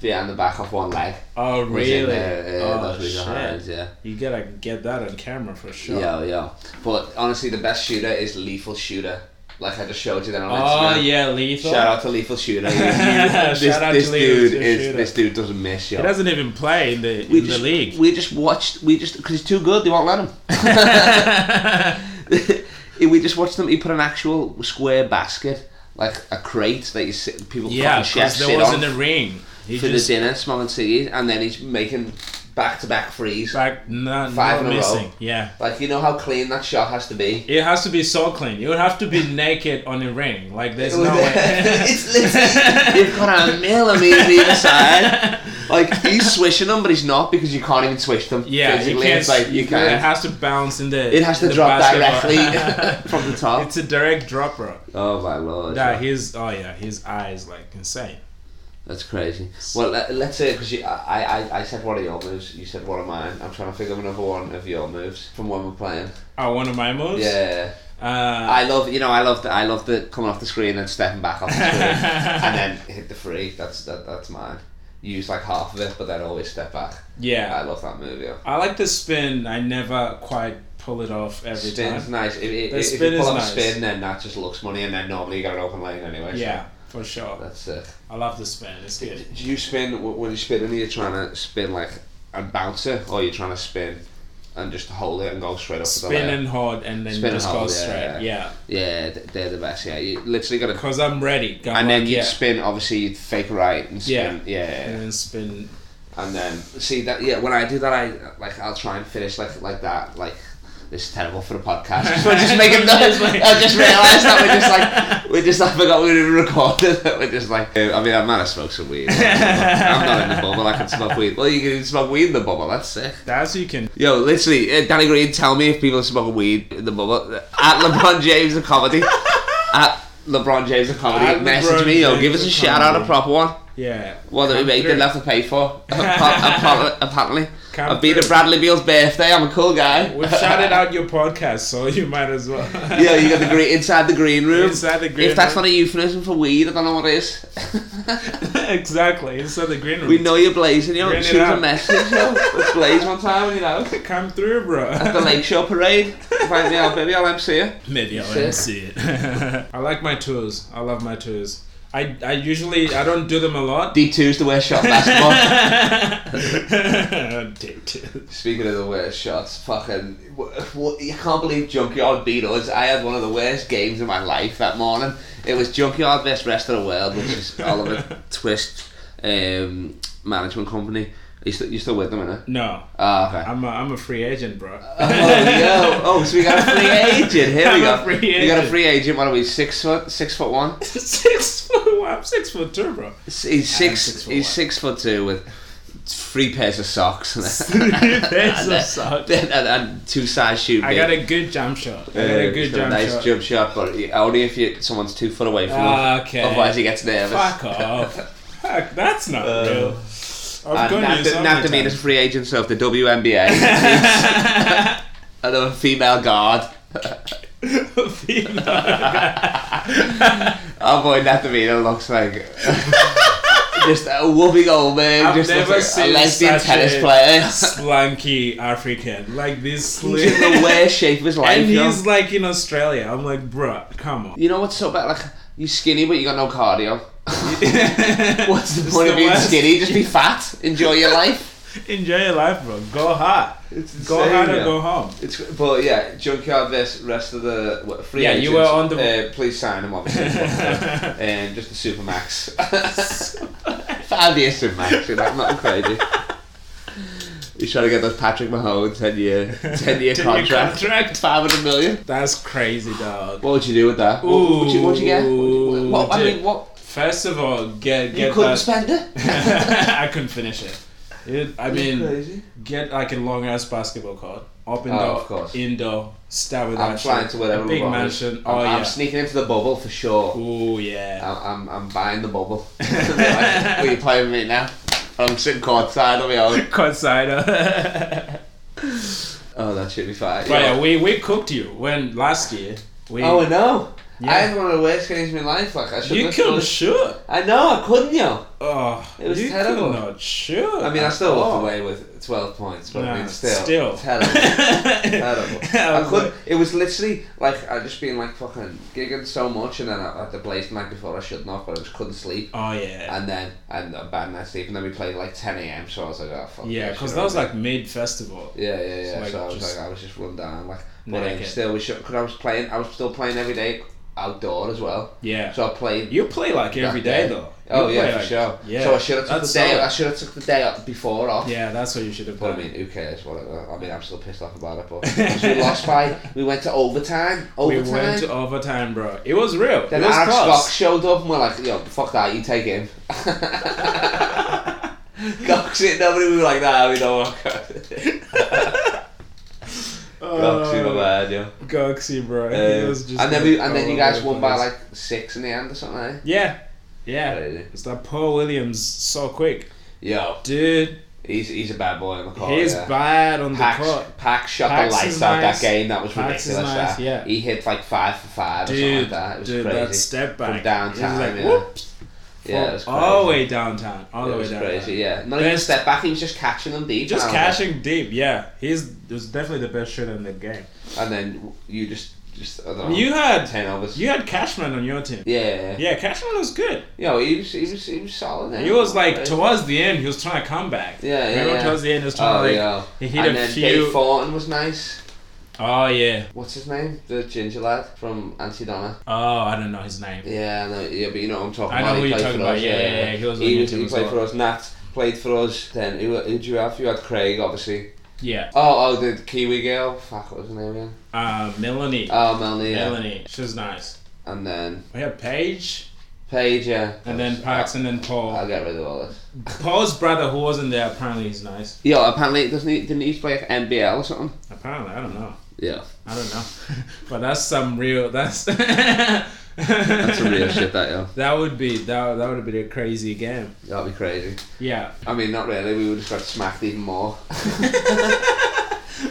[SPEAKER 1] behind the back off one leg.
[SPEAKER 2] Oh
[SPEAKER 1] was uh,
[SPEAKER 2] really?
[SPEAKER 1] in there, yeah,
[SPEAKER 2] oh
[SPEAKER 1] that's really
[SPEAKER 2] shit!
[SPEAKER 1] the highlights, yeah.
[SPEAKER 2] You gotta get that on camera for sure.
[SPEAKER 1] Yeah, yeah. But honestly, the best shooter is lethal shooter. Like I just showed you then on
[SPEAKER 2] Oh
[SPEAKER 1] Instagram.
[SPEAKER 2] yeah, lethal.
[SPEAKER 1] Shout out to lethal shooter. This,
[SPEAKER 2] Shout out
[SPEAKER 1] this
[SPEAKER 2] to Lethal
[SPEAKER 1] dude is
[SPEAKER 2] Shooter.
[SPEAKER 1] this dude doesn't miss you.
[SPEAKER 2] He doesn't even play in the
[SPEAKER 1] we
[SPEAKER 2] in
[SPEAKER 1] just,
[SPEAKER 2] the league.
[SPEAKER 1] We just watched. We just because he's too good. They won't let him. we just watched them. He put an actual square basket, like a crate that you sit, people
[SPEAKER 2] yeah,
[SPEAKER 1] fucking chefs
[SPEAKER 2] because
[SPEAKER 1] sit
[SPEAKER 2] there wasn't
[SPEAKER 1] on
[SPEAKER 2] a ring. He
[SPEAKER 1] for
[SPEAKER 2] just
[SPEAKER 1] the dinner, smoking ciggies, and then he's making back to back threes.
[SPEAKER 2] like no,
[SPEAKER 1] Five in
[SPEAKER 2] no
[SPEAKER 1] a row.
[SPEAKER 2] missing. Yeah.
[SPEAKER 1] Like you know how clean that shot has to be.
[SPEAKER 2] It has to be so clean. You would have to be naked on a ring. Like there's
[SPEAKER 1] It was-
[SPEAKER 2] no way.
[SPEAKER 1] it's literally you've got a millimeter either side. Like he's swishing them, but he's not because you can't even swish them.
[SPEAKER 2] yeah, you
[SPEAKER 1] physically.
[SPEAKER 2] can't.
[SPEAKER 1] It's like you
[SPEAKER 2] It
[SPEAKER 1] can't.
[SPEAKER 2] has to bounce in the.
[SPEAKER 1] It has to
[SPEAKER 2] in the
[SPEAKER 1] drop directly
[SPEAKER 2] basketball.
[SPEAKER 1] from the top.
[SPEAKER 2] it's a direct dropper.
[SPEAKER 1] oh my lord!
[SPEAKER 2] Yeah, his oh yeah, his eyes like insane.
[SPEAKER 1] That's crazy. Well, let, let's say because I, I I said one of your moves, you said one of mine. I'm trying to think of another one of your moves from when we're playing.
[SPEAKER 2] Oh, one of my moves.
[SPEAKER 1] Yeah,
[SPEAKER 2] Uh,
[SPEAKER 1] I love you know I love the I love the coming off the screen and stepping back off the screen and then hit the free. That's that that's mine. Use like half of it, but then always step back. I
[SPEAKER 2] yeah.
[SPEAKER 1] love that move. Yeah.
[SPEAKER 2] I like the spin. I never quite pull it off every
[SPEAKER 1] Spin's
[SPEAKER 2] time.
[SPEAKER 1] nice. If, if,
[SPEAKER 2] The
[SPEAKER 1] if
[SPEAKER 2] spin
[SPEAKER 1] you
[SPEAKER 2] is
[SPEAKER 1] pull up
[SPEAKER 2] nice.
[SPEAKER 1] spin, then that just looks money, and then normally you got an open lane anyway. so
[SPEAKER 2] Yeah, for sure.
[SPEAKER 1] that's it.
[SPEAKER 2] I love the spin. It's
[SPEAKER 1] Do
[SPEAKER 2] good.
[SPEAKER 1] you spin wh- when you spin? Are you trying to spin like a bouncer, or you're trying to spin and just hold it and go straight up to the
[SPEAKER 2] Spin
[SPEAKER 1] layer?
[SPEAKER 2] and hold, and then
[SPEAKER 1] Spin and
[SPEAKER 2] just go
[SPEAKER 1] hold, yeah,
[SPEAKER 2] straight. Yeah,
[SPEAKER 1] Yeah, th- they're the best. Yeah, you literally got to.
[SPEAKER 2] because I'm ready. I'm
[SPEAKER 1] And then
[SPEAKER 2] like,
[SPEAKER 1] you'd
[SPEAKER 2] yeah.
[SPEAKER 1] spin. Obviously, you'd fake right and spin. Yeah. yeah, yeah.
[SPEAKER 2] and then spin
[SPEAKER 1] And then see that yeah, when I do that, I like I'll try and finish like like that. Like this is terrible for the podcast. we're just making noise. I just realised that we're just like we're just I forgot we were recording. we're just like uh, I mean I might have smoked some weed. I'm not in the bubble. I can smoke weed. Well, you can smoke weed in the bubble. That's sick.
[SPEAKER 2] That's you can.
[SPEAKER 1] Yo, literally, uh, Danny Green, tell me if people are smoking weed in the bubble. At LeBron James of comedy. At LeBron James of comedy.
[SPEAKER 2] At
[SPEAKER 1] message
[SPEAKER 2] LeBron
[SPEAKER 1] me. Yo,
[SPEAKER 2] James
[SPEAKER 1] give us
[SPEAKER 2] of
[SPEAKER 1] a shout out, a
[SPEAKER 2] comedy.
[SPEAKER 1] proper one.
[SPEAKER 2] Yeah.
[SPEAKER 1] Well, that we
[SPEAKER 2] Come
[SPEAKER 1] made
[SPEAKER 2] through.
[SPEAKER 1] didn't have to pay for. apparently, apparently.
[SPEAKER 2] Come
[SPEAKER 1] I beat a
[SPEAKER 2] through.
[SPEAKER 1] Bradley Beal's birthday. I'm a cool guy.
[SPEAKER 2] We've shouted out your podcast, so you might as well.
[SPEAKER 1] Yeah, you got the green inside the green room.
[SPEAKER 2] Inside the green
[SPEAKER 1] If that's
[SPEAKER 2] room.
[SPEAKER 1] not a euphemism for weed, I don't know what is.
[SPEAKER 2] exactly. Inside the green room.
[SPEAKER 1] we know you're blazing. You know,
[SPEAKER 2] Bring it
[SPEAKER 1] shoot us a
[SPEAKER 2] up.
[SPEAKER 1] message. You know, let's blaze one time. You know,
[SPEAKER 2] Come through,
[SPEAKER 1] at the
[SPEAKER 2] bro.
[SPEAKER 1] Lake Shore Parade. Find me out, baby. I'll MC you.
[SPEAKER 2] Maybe I'll
[SPEAKER 1] Sick.
[SPEAKER 2] see it. I like my tours. I love my tours. I, I usually I don't do them a lot.
[SPEAKER 1] D two's the worst shot basketball.
[SPEAKER 2] Dude.
[SPEAKER 1] Speaking of the worst shots, fucking, wh- wh- you can't believe Junkyard beat us. I had one of the worst games of my life that morning. It was Junkyard versus Rest of the World, which is Oliver Twist um, management company. You st- you're still with them, innit?
[SPEAKER 2] no,
[SPEAKER 1] Ah, okay.
[SPEAKER 2] I'm a, I'm a free agent, bro.
[SPEAKER 1] Oh, yo. oh, so we got a free agent. Here we
[SPEAKER 2] I'm a
[SPEAKER 1] go.
[SPEAKER 2] free
[SPEAKER 1] We got a
[SPEAKER 2] agent.
[SPEAKER 1] free agent. What are we? Six foot, six foot one.
[SPEAKER 2] six foot. one- I'm six foot two, bro.
[SPEAKER 1] He's six.
[SPEAKER 2] six foot
[SPEAKER 1] he's
[SPEAKER 2] one.
[SPEAKER 1] six foot two with three pairs of socks.
[SPEAKER 2] Three pairs of
[SPEAKER 1] And, uh,
[SPEAKER 2] socks.
[SPEAKER 1] And, and- and two size shoe.
[SPEAKER 2] I
[SPEAKER 1] big.
[SPEAKER 2] got a good jump shot. I got
[SPEAKER 1] Uh,
[SPEAKER 2] a
[SPEAKER 1] he's
[SPEAKER 2] good
[SPEAKER 1] got
[SPEAKER 2] jump
[SPEAKER 1] nice
[SPEAKER 2] shot.
[SPEAKER 1] jump shot, but he- only if you someone's two foot away from him.
[SPEAKER 2] Okay.
[SPEAKER 1] Otherwise, he gets nervous.
[SPEAKER 2] Ah, Fuck off. Fuck, that's not
[SPEAKER 1] Uh,
[SPEAKER 2] real. I've
[SPEAKER 1] And
[SPEAKER 2] gone
[SPEAKER 1] Nafta,
[SPEAKER 2] to so
[SPEAKER 1] Nafta
[SPEAKER 2] many
[SPEAKER 1] Mean is a
[SPEAKER 2] times.
[SPEAKER 1] free agent, so if the WNBA needs another female guard,
[SPEAKER 2] Female guy.
[SPEAKER 1] our boy Nafta Mina looks like just a whooping old man,
[SPEAKER 2] I've
[SPEAKER 1] just looks
[SPEAKER 2] never
[SPEAKER 1] like
[SPEAKER 2] seen
[SPEAKER 1] a lesbian
[SPEAKER 2] such
[SPEAKER 1] tennis
[SPEAKER 2] a
[SPEAKER 1] player.
[SPEAKER 2] Slanky African, like this
[SPEAKER 1] he's in the
[SPEAKER 2] slim.
[SPEAKER 1] worst shape of his life.
[SPEAKER 2] and
[SPEAKER 1] yo.
[SPEAKER 2] he's like in Australia. I'm like, bruh, come on.
[SPEAKER 1] You know what's so bad? Like You're skinny, but you got no cardio. What's the
[SPEAKER 2] It's
[SPEAKER 1] point
[SPEAKER 2] the
[SPEAKER 1] of being
[SPEAKER 2] worst.
[SPEAKER 1] skinny? Just be fat. Enjoy your life.
[SPEAKER 2] Enjoy your life, bro. Go hard.
[SPEAKER 1] It's
[SPEAKER 2] Go hard or go home.
[SPEAKER 1] It's, but yeah, junkyard. This rest of the what, free
[SPEAKER 2] Yeah,
[SPEAKER 1] agents.
[SPEAKER 2] you were on the-
[SPEAKER 1] Uh, please sign him obviously. um, just the supermax. Five year supermax. You know, I'm not crazy. He's trying to get those Patrick Mahomes ten year ten year
[SPEAKER 2] 10-year
[SPEAKER 1] contract.
[SPEAKER 2] contract.
[SPEAKER 1] Five hundred million.
[SPEAKER 2] That's crazy, dog.
[SPEAKER 1] What would you do with that? What what would you, what would you get? What, would you- what, I
[SPEAKER 2] Dude,
[SPEAKER 1] mean, what?
[SPEAKER 2] First of all, get
[SPEAKER 1] You
[SPEAKER 2] get
[SPEAKER 1] couldn't
[SPEAKER 2] that.
[SPEAKER 1] spend it.
[SPEAKER 2] I couldn't finish it. It- I mean,
[SPEAKER 1] crazy.
[SPEAKER 2] get like a long ass basketball court, up
[SPEAKER 1] Oh,
[SPEAKER 2] indoor,
[SPEAKER 1] of course.
[SPEAKER 2] indoor, start with
[SPEAKER 1] I'm
[SPEAKER 2] that
[SPEAKER 1] flying
[SPEAKER 2] shit.
[SPEAKER 1] to whatever.
[SPEAKER 2] a big
[SPEAKER 1] LeBron is.
[SPEAKER 2] mansion.
[SPEAKER 1] I'm,
[SPEAKER 2] Oh
[SPEAKER 1] I'm
[SPEAKER 2] yeah.
[SPEAKER 1] sneaking into the bubble for sure.
[SPEAKER 2] oh yeah.
[SPEAKER 1] I'm, I'm, I'm buying the bubble. Will you play with me now? I'm sitting courtside on my own.
[SPEAKER 2] Court cider.
[SPEAKER 1] Oh, that should be fine.
[SPEAKER 2] But yeah,
[SPEAKER 1] Yeah.
[SPEAKER 2] we, we cooked you when last year. We,
[SPEAKER 1] Oh, I know.
[SPEAKER 2] Yeah.
[SPEAKER 1] I had one of the worst games of my life. Like I should.
[SPEAKER 2] you couldn't shoot.
[SPEAKER 1] I know. I couldn't, yo.
[SPEAKER 2] Oh,
[SPEAKER 1] It was
[SPEAKER 2] you
[SPEAKER 1] terrible.
[SPEAKER 2] could not shoot.
[SPEAKER 1] I mean, I still walked
[SPEAKER 2] walked
[SPEAKER 1] away with 12 points, but I
[SPEAKER 2] Oh. Nah,
[SPEAKER 1] mean, still,
[SPEAKER 2] still.
[SPEAKER 1] terrible. terrible.
[SPEAKER 2] I
[SPEAKER 1] I,
[SPEAKER 2] was
[SPEAKER 1] couldn't.
[SPEAKER 2] like-
[SPEAKER 1] it was literally like I just been like fucking gigging so much, and then I had the blaze the night before I shouldn't have, but I just couldn't sleep.
[SPEAKER 2] Oh yeah,
[SPEAKER 1] And then and a bad night's sleep, and then we played like 10 a.m. So I was like, oh fuck.
[SPEAKER 2] yeah,
[SPEAKER 1] this,
[SPEAKER 2] because
[SPEAKER 1] you
[SPEAKER 2] that
[SPEAKER 1] know?
[SPEAKER 2] was like mid festival.
[SPEAKER 1] Yeah, yeah, yeah. So,
[SPEAKER 2] like,
[SPEAKER 1] I was
[SPEAKER 2] just-
[SPEAKER 1] like, I was just run down. Like, but
[SPEAKER 2] Naked.
[SPEAKER 1] um, still, we should because I was playing. I was still playing every day outdoor as well.
[SPEAKER 2] Yeah,
[SPEAKER 1] So I played.
[SPEAKER 2] you play like every
[SPEAKER 1] that
[SPEAKER 2] day
[SPEAKER 1] day.
[SPEAKER 2] though.
[SPEAKER 1] Oh
[SPEAKER 2] You
[SPEAKER 1] yeah,
[SPEAKER 2] play,
[SPEAKER 1] for
[SPEAKER 2] like-
[SPEAKER 1] sure.
[SPEAKER 2] Yeah,
[SPEAKER 1] So I should have took
[SPEAKER 2] that's
[SPEAKER 1] the day.
[SPEAKER 2] solid.
[SPEAKER 1] I should have took the day up before off.
[SPEAKER 2] Yeah, that's what you should have
[SPEAKER 1] But I
[SPEAKER 2] done.
[SPEAKER 1] mean, who cares? Whatever. I mean, I'm still pissed off about it. But 'cause we lost by. We went to overtime.
[SPEAKER 2] We
[SPEAKER 1] Overtime.
[SPEAKER 2] went to overtime, bro. It was real.
[SPEAKER 1] then
[SPEAKER 2] it was
[SPEAKER 1] Alex
[SPEAKER 2] close.
[SPEAKER 1] Fox showed up, and we're like, "Yo, fuck that! You take him." Cox hit nobody. We were like, "Nah, we don't want Cox." Cox, you
[SPEAKER 2] Uh,
[SPEAKER 1] were bad, yo.
[SPEAKER 2] Goxy, bro.
[SPEAKER 1] Uh,
[SPEAKER 2] He was just
[SPEAKER 1] and then
[SPEAKER 2] like
[SPEAKER 1] we, and then
[SPEAKER 2] all
[SPEAKER 1] you guys
[SPEAKER 2] over
[SPEAKER 1] won
[SPEAKER 2] the
[SPEAKER 1] by
[SPEAKER 2] place.
[SPEAKER 1] like six in the end or something. Eh?
[SPEAKER 2] yeah, yeah.
[SPEAKER 1] Crazy.
[SPEAKER 2] It's that Paul Williams so quick,
[SPEAKER 1] Yo,
[SPEAKER 2] dude.
[SPEAKER 1] he's he's a bad boy on the court.
[SPEAKER 2] he's
[SPEAKER 1] Oh, yeah.
[SPEAKER 2] bad on the court.
[SPEAKER 1] Pax, Pax shot
[SPEAKER 2] Pax
[SPEAKER 1] the
[SPEAKER 2] is
[SPEAKER 1] lights out
[SPEAKER 2] nice.
[SPEAKER 1] that game. That was
[SPEAKER 2] Pax is
[SPEAKER 1] ridiculous.
[SPEAKER 2] nice,
[SPEAKER 1] that.
[SPEAKER 2] yeah.
[SPEAKER 1] He hit like five for five or something
[SPEAKER 2] Dude,
[SPEAKER 1] like that. It was
[SPEAKER 2] dude,
[SPEAKER 1] crazy.
[SPEAKER 2] that step back
[SPEAKER 1] From downtown,
[SPEAKER 2] It was like,
[SPEAKER 1] yeah.
[SPEAKER 2] whoops,
[SPEAKER 1] yeah, it
[SPEAKER 2] from
[SPEAKER 1] was crazy.
[SPEAKER 2] all the way downtown, Oh, all
[SPEAKER 1] it
[SPEAKER 2] the way
[SPEAKER 1] was
[SPEAKER 2] downtown.
[SPEAKER 1] crazy. Yeah, not even
[SPEAKER 2] Best-
[SPEAKER 1] step back. He was just catching them deep.
[SPEAKER 2] Just
[SPEAKER 1] and I was like-
[SPEAKER 2] cashing deep, yeah. He's was definitely the best shooter in the game.
[SPEAKER 1] and then you just just I don't know,
[SPEAKER 2] You had
[SPEAKER 1] ten overs.
[SPEAKER 2] you had Cashman on your team.
[SPEAKER 1] yeah, yeah, yeah.
[SPEAKER 2] Yeah, Cashman was good.
[SPEAKER 1] Yo, he was he was he was solid. eh?
[SPEAKER 2] He was like
[SPEAKER 1] Crazy.
[SPEAKER 2] towards the end, he was trying to come back.
[SPEAKER 1] Yeah, yeah,
[SPEAKER 2] Remember
[SPEAKER 1] yeah.
[SPEAKER 2] towards the end, he was trying
[SPEAKER 1] Oh,
[SPEAKER 2] to like
[SPEAKER 1] yeah.
[SPEAKER 2] he hit
[SPEAKER 1] And
[SPEAKER 2] a
[SPEAKER 1] then
[SPEAKER 2] few.
[SPEAKER 1] Dave Thornton was nice.
[SPEAKER 2] oh yeah.
[SPEAKER 1] what's his name? The ginger lad from Auntie Donna.
[SPEAKER 2] Oh, I don't know his name.
[SPEAKER 1] Yeah, no, yeah, but you know what I'm talking
[SPEAKER 2] I know
[SPEAKER 1] about.
[SPEAKER 2] who
[SPEAKER 1] he
[SPEAKER 2] you're
[SPEAKER 1] played
[SPEAKER 2] talking
[SPEAKER 1] for
[SPEAKER 2] about,
[SPEAKER 1] Us,
[SPEAKER 2] yeah, yeah, yeah, he was on
[SPEAKER 1] He,
[SPEAKER 2] your
[SPEAKER 1] was,
[SPEAKER 2] team
[SPEAKER 1] he
[SPEAKER 2] as
[SPEAKER 1] played
[SPEAKER 2] well.
[SPEAKER 1] for us. Nat played for us. Then who who'd you have? You had Craig, obviously.
[SPEAKER 2] Yeah.
[SPEAKER 1] Oh, oh, the Kiwi girl. Fuck, what was her name again?
[SPEAKER 2] Uh, Melanie.
[SPEAKER 1] Oh, Melanie. Yeah.
[SPEAKER 2] Melanie. She was nice.
[SPEAKER 1] And then
[SPEAKER 2] We had Paige,
[SPEAKER 1] Paige, yeah.
[SPEAKER 2] and then Parks, and then Paul.
[SPEAKER 1] I'll, I'll get rid of all this.
[SPEAKER 2] Paul's brother, who wasn't there, apparently he's nice.
[SPEAKER 1] Yo, apparently doesn't he didn't he used to play like NBL or something?
[SPEAKER 2] Apparently, I don't know.
[SPEAKER 1] Yeah,
[SPEAKER 2] I don't know. but that's some real. That's. that's
[SPEAKER 1] some real shit that yo.
[SPEAKER 2] That would be that. That would be a crazy game.
[SPEAKER 1] That'd be crazy.
[SPEAKER 2] Yeah.
[SPEAKER 1] I mean, not really. We would just got smacked even more.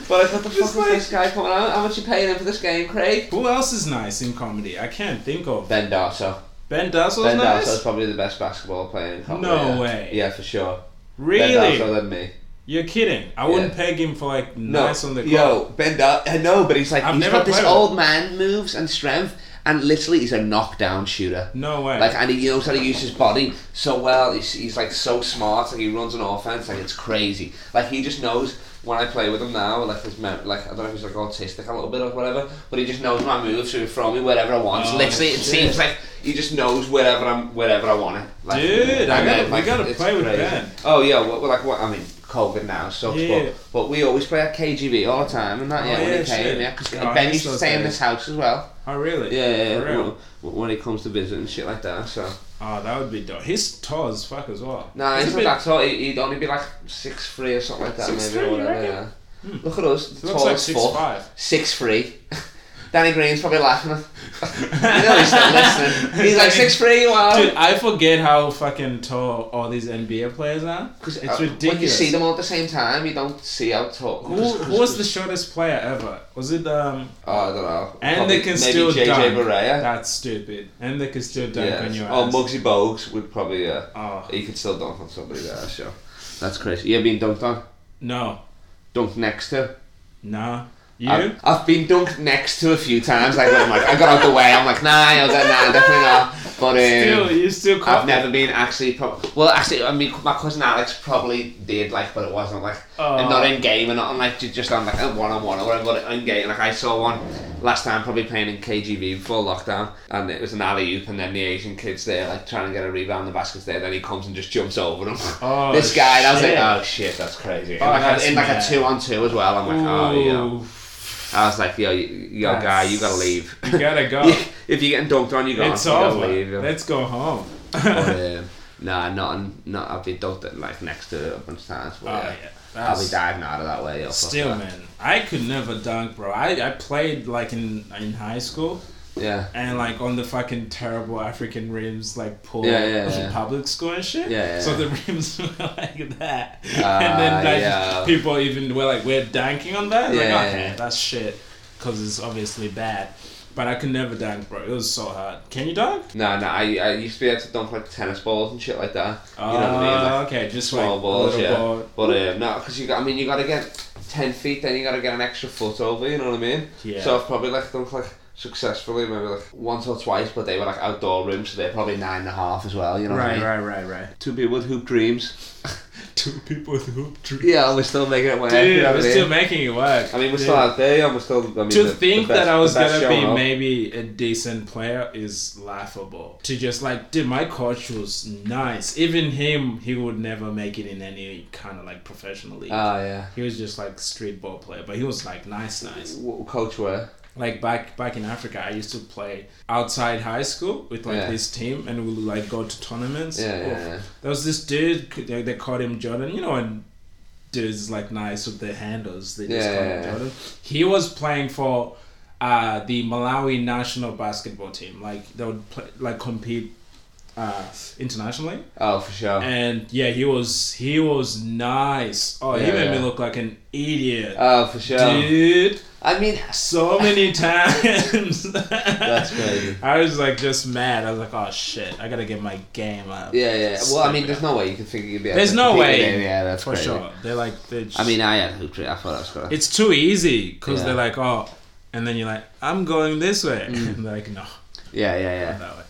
[SPEAKER 1] but I thought the fuck
[SPEAKER 2] Just
[SPEAKER 1] is
[SPEAKER 2] like-
[SPEAKER 1] this guy coming out? How much you paying him for this game, Craig?
[SPEAKER 2] Who else is nice in comedy? I can't think of.
[SPEAKER 1] Ben Darso.
[SPEAKER 2] Ben Dassel's
[SPEAKER 1] Ben
[SPEAKER 2] nice.
[SPEAKER 1] Darso's probably the best basketball player in comedy.
[SPEAKER 2] No
[SPEAKER 1] yeah.
[SPEAKER 2] way.
[SPEAKER 1] Yeah, for sure. Ben
[SPEAKER 2] really?
[SPEAKER 1] Darso than me.
[SPEAKER 2] You're kidding? I wouldn't peg him for like
[SPEAKER 1] No.
[SPEAKER 2] nice on the court.
[SPEAKER 1] Yo, Ben Dar- I know, but he's like,
[SPEAKER 2] I've
[SPEAKER 1] he's
[SPEAKER 2] never
[SPEAKER 1] got this
[SPEAKER 2] played with
[SPEAKER 1] old man moves and strength, and literally he's a knockdown shooter.
[SPEAKER 2] No way.
[SPEAKER 1] Like, and he knows how to use his body so well. He's, he's like so smart. Like, he runs an offense. Like, it's crazy. Like, he just knows when I play with him now, like, his mem- like I don't know if he's like autistic a little bit or whatever, but he just knows my moves so from me wherever I want.
[SPEAKER 2] Oh,
[SPEAKER 1] literally, it
[SPEAKER 2] shit.
[SPEAKER 1] seems like he just knows wherever I'm, wherever I want it. Like,
[SPEAKER 2] Dude, I
[SPEAKER 1] and
[SPEAKER 2] gotta-
[SPEAKER 1] then,
[SPEAKER 2] we gotta
[SPEAKER 1] it's
[SPEAKER 2] play with Ben.
[SPEAKER 1] Oh yeah, well, well, like what I mean, COVID now sucks,
[SPEAKER 2] Yeah.
[SPEAKER 1] but, but we always play at KGB all the time, and that
[SPEAKER 2] Oh,
[SPEAKER 1] yeah, when
[SPEAKER 2] yeah,
[SPEAKER 1] he came,
[SPEAKER 2] shit. Oh,
[SPEAKER 1] yeah, because
[SPEAKER 2] Yeah, I
[SPEAKER 1] Ben
[SPEAKER 2] miss
[SPEAKER 1] used to
[SPEAKER 2] those
[SPEAKER 1] stay in
[SPEAKER 2] days.
[SPEAKER 1] this house as well.
[SPEAKER 2] oh really?
[SPEAKER 1] Yeah, yeah, Mm.
[SPEAKER 2] For
[SPEAKER 1] yeah
[SPEAKER 2] real?
[SPEAKER 1] when, when he comes to visit and shit like that. So
[SPEAKER 2] Oh, that would be dope. He's tall as fuck as well.
[SPEAKER 1] nah, he's
[SPEAKER 2] a
[SPEAKER 1] not that tall. He, would only be like six three or something like that, maybe
[SPEAKER 2] 6'3",
[SPEAKER 1] or
[SPEAKER 2] you
[SPEAKER 1] whatever.
[SPEAKER 2] reckon? Hmm.
[SPEAKER 1] Yeah. Look at us,
[SPEAKER 2] He
[SPEAKER 1] the
[SPEAKER 2] looks like
[SPEAKER 1] tallest
[SPEAKER 2] six
[SPEAKER 1] fuck,
[SPEAKER 2] five.
[SPEAKER 1] six three. Danny Green's probably laughing. you know he's not listening. He's like six three.
[SPEAKER 2] Dude,
[SPEAKER 1] Wow.
[SPEAKER 2] I forget how fucking tall all these NBA players are.
[SPEAKER 1] Because
[SPEAKER 2] it's
[SPEAKER 1] Uh, When you
[SPEAKER 2] ridiculous.
[SPEAKER 1] see them all at the same time, you don't see how tall.
[SPEAKER 2] Who, who was the shortest player ever? Was it um?
[SPEAKER 1] Oh, I don't know.
[SPEAKER 2] And
[SPEAKER 1] Probably-
[SPEAKER 2] they can
[SPEAKER 1] maybe
[SPEAKER 2] still
[SPEAKER 1] JJ
[SPEAKER 2] dunk.
[SPEAKER 1] Barea.
[SPEAKER 2] That's stupid. And they can still dunk
[SPEAKER 1] yeah.
[SPEAKER 2] on your
[SPEAKER 1] oh,
[SPEAKER 2] ass.
[SPEAKER 1] Muggsy Bogues would probably. Uh,
[SPEAKER 2] Oh,
[SPEAKER 1] he could still dunk on somebody there, sure. That's crazy. You ever been dunked on?
[SPEAKER 2] no,
[SPEAKER 1] Dunked next to?
[SPEAKER 2] no. You?
[SPEAKER 1] I've, I've been dunked next to a few times. Like when I'm like, I got out the way. I'm like, nah, I was like, nah, definitely not. But um,
[SPEAKER 2] still, you still caught
[SPEAKER 1] I've never been actually. Pro- well, actually, I mean, my cousin Alex probably did like, but it wasn't like, and
[SPEAKER 2] Oh.
[SPEAKER 1] not in game and not on like ju- just on like a one on one or whatever. But in game, like I saw one last time, probably playing in KGB before lockdown, and it was an alley oop, and then the Asian kids there like trying to get a rebound, the basket's there, then he comes and just jumps over them.
[SPEAKER 2] Oh,
[SPEAKER 1] this guy, and I was like,
[SPEAKER 2] shit.
[SPEAKER 1] oh shit, that's crazy. And,
[SPEAKER 2] Oh,
[SPEAKER 1] like, I-
[SPEAKER 2] that's
[SPEAKER 1] in like
[SPEAKER 2] mad.
[SPEAKER 1] a two on two as well, I'm like, oh yeah.
[SPEAKER 2] Ooh,
[SPEAKER 1] I was like, yo, y- yo,
[SPEAKER 2] That's-
[SPEAKER 1] guy, you gotta leave.
[SPEAKER 2] you gotta go.
[SPEAKER 1] if you're getting dunked on, you gotta,
[SPEAKER 2] it's
[SPEAKER 1] you gotta
[SPEAKER 2] over.
[SPEAKER 1] leave. yeah.
[SPEAKER 2] Let's go home.
[SPEAKER 1] But, um, nah, not on- not. I've been dunked at, like next to it a bunch of times, but
[SPEAKER 2] Oh,
[SPEAKER 1] yeah.
[SPEAKER 2] yeah.
[SPEAKER 1] I'll be
[SPEAKER 2] That's-
[SPEAKER 1] diving out of that way. Or fuck
[SPEAKER 2] Still,
[SPEAKER 1] that.
[SPEAKER 2] man, I could never dunk, bro. I, I played like in in high school
[SPEAKER 1] Yeah,
[SPEAKER 2] and like on the fucking terrible African rims, like pool
[SPEAKER 1] Yeah, yeah,
[SPEAKER 2] of the
[SPEAKER 1] yeah.
[SPEAKER 2] public school and shit.
[SPEAKER 1] Yeah, yeah,
[SPEAKER 2] so
[SPEAKER 1] yeah.
[SPEAKER 2] the rims were like that,
[SPEAKER 1] Ah,
[SPEAKER 2] and then like
[SPEAKER 1] yeah.
[SPEAKER 2] people even were like, "We're dunking on that."
[SPEAKER 1] Yeah, yeah,
[SPEAKER 2] like, okay,
[SPEAKER 1] yeah.
[SPEAKER 2] that's shit, because it's obviously bad. But I could never dunk, bro. It was so hard. Can you dunk?
[SPEAKER 1] no, no. I, I used to be able to dunk like tennis balls and shit like that. You know what I mean?
[SPEAKER 2] Ah,
[SPEAKER 1] Like
[SPEAKER 2] okay, just
[SPEAKER 1] small
[SPEAKER 2] like
[SPEAKER 1] balls,
[SPEAKER 2] little
[SPEAKER 1] yeah.
[SPEAKER 2] ball.
[SPEAKER 1] But um, no, because you got. I mean, you got to get ten feet, then you got to get an extra foot over. You know what I mean?
[SPEAKER 2] Yeah.
[SPEAKER 1] So I've probably like dunked like successfully maybe like once or twice, but they were like outdoor rims, so they're probably nine and a half as well. You know what I
[SPEAKER 2] Right,
[SPEAKER 1] mean?
[SPEAKER 2] right, right, right.
[SPEAKER 1] Two people with hoop dreams.
[SPEAKER 2] Two people with hoop trees.
[SPEAKER 1] Yeah, we're still making it work.
[SPEAKER 2] Dude,
[SPEAKER 1] you know what
[SPEAKER 2] we're
[SPEAKER 1] I mean?
[SPEAKER 2] still making it work.
[SPEAKER 1] I mean, we're
[SPEAKER 2] Dude.
[SPEAKER 1] still out there. Yeah, we're still. I mean, the-
[SPEAKER 2] to
[SPEAKER 1] the
[SPEAKER 2] think
[SPEAKER 1] best-
[SPEAKER 2] that I was
[SPEAKER 1] the best
[SPEAKER 2] gonna be
[SPEAKER 1] showing up.
[SPEAKER 2] maybe a decent player is laughable. To just like, dude, my coach was nice. Even him, he would never make it in any kind of like professional league.
[SPEAKER 1] Ah, yeah.
[SPEAKER 2] he was just like street ball player, but he was like nice, nice.
[SPEAKER 1] W- Coach where?
[SPEAKER 2] Like back back in Africa, I used to play outside high school with like
[SPEAKER 1] Yeah.
[SPEAKER 2] this team, and we would like go to tournaments.
[SPEAKER 1] Yeah,
[SPEAKER 2] Oof.
[SPEAKER 1] yeah, yeah.
[SPEAKER 2] There was this dude, they, they called him Jordan. You know, and dudes like nice with their handles. They just
[SPEAKER 1] Yeah,
[SPEAKER 2] call
[SPEAKER 1] yeah,
[SPEAKER 2] him
[SPEAKER 1] yeah.
[SPEAKER 2] Jordan. He was playing for uh, the Malawi national basketball team. Like they would play, like compete uh, internationally.
[SPEAKER 1] Oh, for sure.
[SPEAKER 2] And yeah, he was he was nice. Oh, he
[SPEAKER 1] Yeah,
[SPEAKER 2] made me
[SPEAKER 1] yeah.
[SPEAKER 2] look like an idiot,
[SPEAKER 1] oh, for sure.
[SPEAKER 2] dude.
[SPEAKER 1] I mean,
[SPEAKER 2] So many times.
[SPEAKER 1] that's crazy.
[SPEAKER 2] I was like just mad. I was like, oh shit, I gotta get my game up.
[SPEAKER 1] Yeah, yeah. Well, I mean, there's no way you can figure you'd be. able
[SPEAKER 2] There's
[SPEAKER 1] to
[SPEAKER 2] no
[SPEAKER 1] compete with
[SPEAKER 2] way,
[SPEAKER 1] it. Yeah, that's
[SPEAKER 2] for
[SPEAKER 1] crazy.
[SPEAKER 2] sure. They're like they're just,
[SPEAKER 1] I mean, I had hoop dream. I thought I was gonna.
[SPEAKER 2] it's too easy because
[SPEAKER 1] Yeah. Mm.
[SPEAKER 2] they're like, oh, and then you're like, I'm going this way. And they're like, no,
[SPEAKER 1] Yeah, yeah, yeah.
[SPEAKER 2] that way.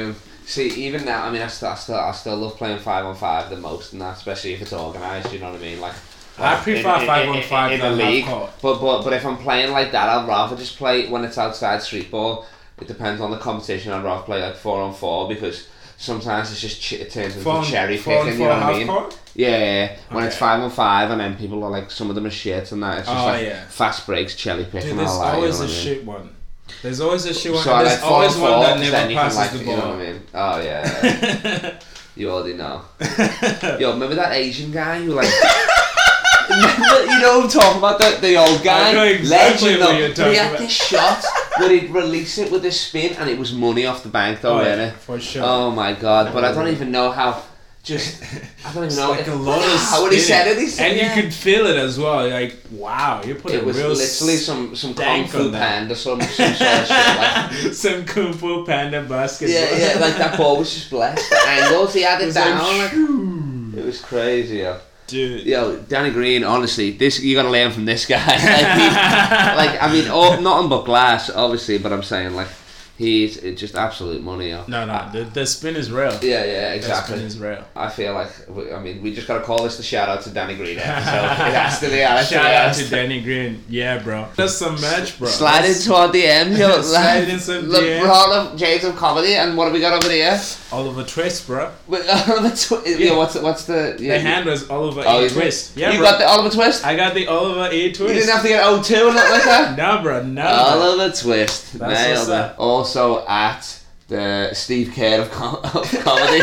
[SPEAKER 1] Um, see, even now, I mean, I still, I still, I still love playing five on five the most, and that especially if it's organised. You know what I mean? Like,
[SPEAKER 2] I
[SPEAKER 1] like,
[SPEAKER 2] prefer five on five
[SPEAKER 1] in,
[SPEAKER 2] than
[SPEAKER 1] the
[SPEAKER 2] half
[SPEAKER 1] league.
[SPEAKER 2] court.
[SPEAKER 1] But but but if I'm playing like that, I'd rather just play when it's outside street ball. It depends on the competition. I'd rather play like four on four because sometimes it's just ch- it turns into
[SPEAKER 2] Phone,
[SPEAKER 1] cherry
[SPEAKER 2] phone
[SPEAKER 1] picking.
[SPEAKER 2] for
[SPEAKER 1] You know what I
[SPEAKER 2] half
[SPEAKER 1] mean?
[SPEAKER 2] court?
[SPEAKER 1] Yeah, yeah, yeah. When it's
[SPEAKER 2] Okay.
[SPEAKER 1] five on five, and then people are like, some of them are shit, and that it's just
[SPEAKER 2] Oh,
[SPEAKER 1] like
[SPEAKER 2] yeah.
[SPEAKER 1] fast breaks, cherry picking,
[SPEAKER 2] Dude,
[SPEAKER 1] and
[SPEAKER 2] there's
[SPEAKER 1] all that. you know
[SPEAKER 2] always
[SPEAKER 1] what
[SPEAKER 2] a
[SPEAKER 1] I mean?
[SPEAKER 2] shit one. There's always a shit one.
[SPEAKER 1] So
[SPEAKER 2] and
[SPEAKER 1] I
[SPEAKER 2] there's
[SPEAKER 1] like four
[SPEAKER 2] always
[SPEAKER 1] on four,
[SPEAKER 2] one that
[SPEAKER 1] 'cause then
[SPEAKER 2] never
[SPEAKER 1] you can
[SPEAKER 2] passes
[SPEAKER 1] like,
[SPEAKER 2] the
[SPEAKER 1] you know what I mean?
[SPEAKER 2] ball.
[SPEAKER 1] Oh yeah. yeah. You already know. Yo, remember that Asian guy who like. Remember- you know what I'm talking about? The, the old guy.
[SPEAKER 2] I know exactly
[SPEAKER 1] Legend
[SPEAKER 2] what
[SPEAKER 1] though.
[SPEAKER 2] you're
[SPEAKER 1] He
[SPEAKER 2] talking
[SPEAKER 1] had
[SPEAKER 2] about.
[SPEAKER 1] this shot where he'd release it with a spin and it was money off the bank though,
[SPEAKER 2] Oh,
[SPEAKER 1] wasn't
[SPEAKER 2] yeah,
[SPEAKER 1] it?
[SPEAKER 2] for sure.
[SPEAKER 1] Oh my god, but I don't even know how. Just. I don't even
[SPEAKER 2] It's
[SPEAKER 1] know.
[SPEAKER 2] like a lot of
[SPEAKER 1] how would he
[SPEAKER 2] spinning.
[SPEAKER 1] said it? He said,
[SPEAKER 2] and
[SPEAKER 1] yeah.
[SPEAKER 2] you could feel it as well. You're like, wow, you put a
[SPEAKER 1] It was
[SPEAKER 2] real
[SPEAKER 1] literally some, some Kung
[SPEAKER 2] stank
[SPEAKER 1] Fu
[SPEAKER 2] on that.
[SPEAKER 1] Panda, some, some sort of shit like
[SPEAKER 2] some kung fu panda basketball.
[SPEAKER 1] Yeah, yeah, like that ball was just blessed. The angles, he had it
[SPEAKER 2] It's like,
[SPEAKER 1] down. like-
[SPEAKER 2] shoo.
[SPEAKER 1] it was crazy, yo.
[SPEAKER 2] dude.
[SPEAKER 1] Yo, Danny Green, honestly, this you gotta learn from this guy. like, he, like I mean, all, not on but glass, obviously, but I'm saying like he's it's just absolute money, yo.
[SPEAKER 2] No, no, the, the spin is real.
[SPEAKER 1] Yeah, yeah,
[SPEAKER 2] The spin
[SPEAKER 1] exactly.
[SPEAKER 2] is real.
[SPEAKER 1] I feel like we, I mean we just gotta call this the shout out to Danny Green episode. it has to be. It has
[SPEAKER 2] Shout out to
[SPEAKER 1] Danny.
[SPEAKER 2] Danny Green. Yeah, bro. That's some match, bro.
[SPEAKER 1] Slide
[SPEAKER 2] That's
[SPEAKER 1] into our DMs, yo.
[SPEAKER 2] Slide in some
[SPEAKER 1] Le-
[SPEAKER 2] DMs.
[SPEAKER 1] Hall of James of Comedy, and what have we got over here?
[SPEAKER 2] Oliver Twist, bro.
[SPEAKER 1] Wait, Oliver Twist. Yeah, what's what's the yeah?
[SPEAKER 2] The hand was Oliver
[SPEAKER 1] Oh,
[SPEAKER 2] E.
[SPEAKER 1] is it?
[SPEAKER 2] Twist. Yeah,
[SPEAKER 1] you
[SPEAKER 2] bro.
[SPEAKER 1] got the Oliver Twist.
[SPEAKER 2] I got the Oliver E. Twist.
[SPEAKER 1] You didn't have to get O2 or nothing like that.
[SPEAKER 2] Nah, bro. Nah. bro.
[SPEAKER 1] Oliver Twist
[SPEAKER 2] That's
[SPEAKER 1] nailed
[SPEAKER 2] what's
[SPEAKER 1] it.
[SPEAKER 2] up.
[SPEAKER 1] Also at the Steve Kerr of, com- of comedy.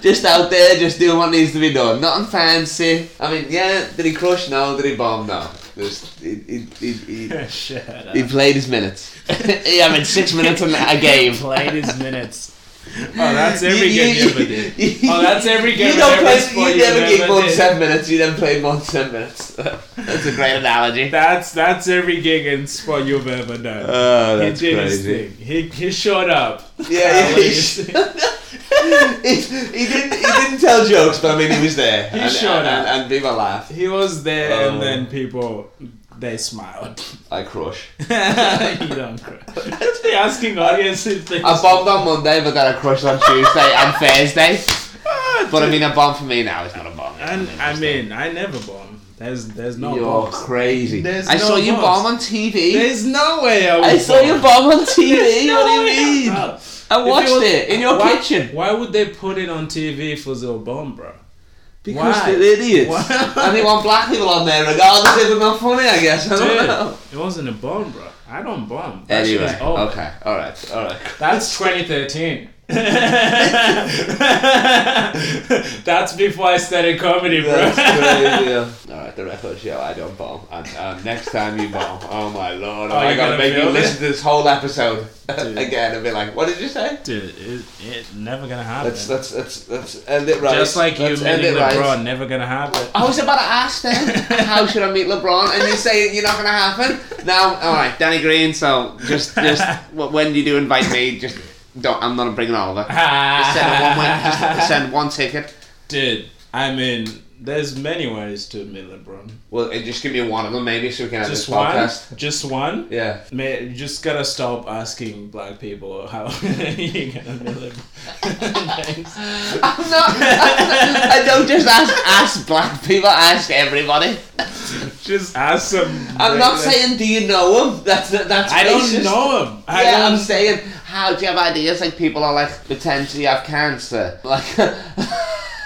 [SPEAKER 1] just out there, just doing what needs to be done. Nothing fancy. I mean, yeah, did he crush? No. Did he bomb? No. Just he he, he, he,
[SPEAKER 2] Shut up.
[SPEAKER 1] he played his minutes. yeah, I mean six minutes on a game.
[SPEAKER 2] Played his minutes. Oh, that's every
[SPEAKER 1] You-
[SPEAKER 2] game you
[SPEAKER 1] you-
[SPEAKER 2] ever did.
[SPEAKER 1] you-
[SPEAKER 2] Oh, that's every game
[SPEAKER 1] You don't
[SPEAKER 2] and
[SPEAKER 1] play.
[SPEAKER 2] every sport
[SPEAKER 1] You
[SPEAKER 2] you
[SPEAKER 1] never
[SPEAKER 2] ever
[SPEAKER 1] gave more than
[SPEAKER 2] did.
[SPEAKER 1] ten minutes. You never played more than ten minutes. That's a great analogy.
[SPEAKER 2] That's that's every gig and sport you've ever done.
[SPEAKER 1] Oh,
[SPEAKER 2] he did his thing. He, he showed up.
[SPEAKER 1] Yeah, yeah,
[SPEAKER 2] Uh,
[SPEAKER 1] he
[SPEAKER 2] what do you
[SPEAKER 1] sh-
[SPEAKER 2] say?
[SPEAKER 1] he, he didn't. He didn't tell jokes, but I mean, he was there.
[SPEAKER 2] He
[SPEAKER 1] and,
[SPEAKER 2] showed
[SPEAKER 1] and, and,
[SPEAKER 2] up.
[SPEAKER 1] and people laugh.
[SPEAKER 2] He was there,
[SPEAKER 1] Oh.
[SPEAKER 2] and then people they smiled.
[SPEAKER 1] I crush.
[SPEAKER 2] you don't cry. Just be asking audience if they.
[SPEAKER 1] I bombed on Monday, but then I crushed on Tuesday and Thursday.
[SPEAKER 2] Ah,
[SPEAKER 1] But I
[SPEAKER 2] dude.
[SPEAKER 1] mean, a bomb for me now is not a bomb.
[SPEAKER 2] and I mean, I never bomb. There's there's no
[SPEAKER 1] you're
[SPEAKER 2] bombs.
[SPEAKER 1] crazy.
[SPEAKER 2] There's
[SPEAKER 1] I
[SPEAKER 2] no
[SPEAKER 1] saw you
[SPEAKER 2] bombs.
[SPEAKER 1] bomb on TV.
[SPEAKER 2] There's no way I would.
[SPEAKER 1] I saw you bomb on TV.
[SPEAKER 2] There's no
[SPEAKER 1] what do
[SPEAKER 2] way I
[SPEAKER 1] you mean?
[SPEAKER 2] would.
[SPEAKER 1] I
[SPEAKER 2] If
[SPEAKER 1] watched
[SPEAKER 2] was-
[SPEAKER 1] it in your
[SPEAKER 2] why,
[SPEAKER 1] kitchen
[SPEAKER 2] Why would they put it on TV if it was a bomb, bro?
[SPEAKER 1] because
[SPEAKER 2] why?
[SPEAKER 1] they're idiots.
[SPEAKER 2] Why?
[SPEAKER 1] and they want black people on there, regardless if it's not funny. I guess. I don't
[SPEAKER 2] Dude,
[SPEAKER 1] know.
[SPEAKER 2] it wasn't a bomb, bro. I don't bomb. That shit
[SPEAKER 1] Anyway,
[SPEAKER 2] is over.
[SPEAKER 1] okay, all right, all right.
[SPEAKER 2] That's 2013. That's before I started comedy, bro.
[SPEAKER 1] That's crazy. All right, the record show. I don't bomb. And um, next time you bomb, oh my lord!
[SPEAKER 2] Oh,
[SPEAKER 1] am I
[SPEAKER 2] you're
[SPEAKER 1] gonna
[SPEAKER 2] gonna
[SPEAKER 1] make you
[SPEAKER 2] feel
[SPEAKER 1] listen to this whole episode
[SPEAKER 2] Dude.
[SPEAKER 1] again and be like, "What did you say?"
[SPEAKER 2] Dude, it, it never gonna happen.
[SPEAKER 1] Let's let's let's let's end it right.
[SPEAKER 2] Just like you
[SPEAKER 1] Let's end
[SPEAKER 2] meeting
[SPEAKER 1] it right.
[SPEAKER 2] LeBron, never gonna happen.
[SPEAKER 1] I was about to ask then, how should I meet LeBron? And you say you're not gonna happen. Now, all right, Danny Green. So just just wh- when you do invite me, just don't. I'm not bringing Oliver. Just send a one way, just send one ticket.
[SPEAKER 2] Dude, I mean, there's many ways to meet LeBron.
[SPEAKER 1] Well, and just give me one of them, maybe, so we can have
[SPEAKER 2] Just
[SPEAKER 1] this
[SPEAKER 2] one,
[SPEAKER 1] podcast.
[SPEAKER 2] just one.
[SPEAKER 1] Yeah.
[SPEAKER 2] Man, you just gotta stop asking black people how you gonna meet LeBron.
[SPEAKER 1] I'm not. I don't just ask ask black people. I ask everybody.
[SPEAKER 2] just ask some.
[SPEAKER 1] I'm not
[SPEAKER 2] regular-
[SPEAKER 1] saying, do you know him? That's that's.
[SPEAKER 2] I
[SPEAKER 1] racist.
[SPEAKER 2] don't know him. I
[SPEAKER 1] yeah,
[SPEAKER 2] don't
[SPEAKER 1] I'm saying, how do you have ideas? Like people are like potentially have cancer. Like,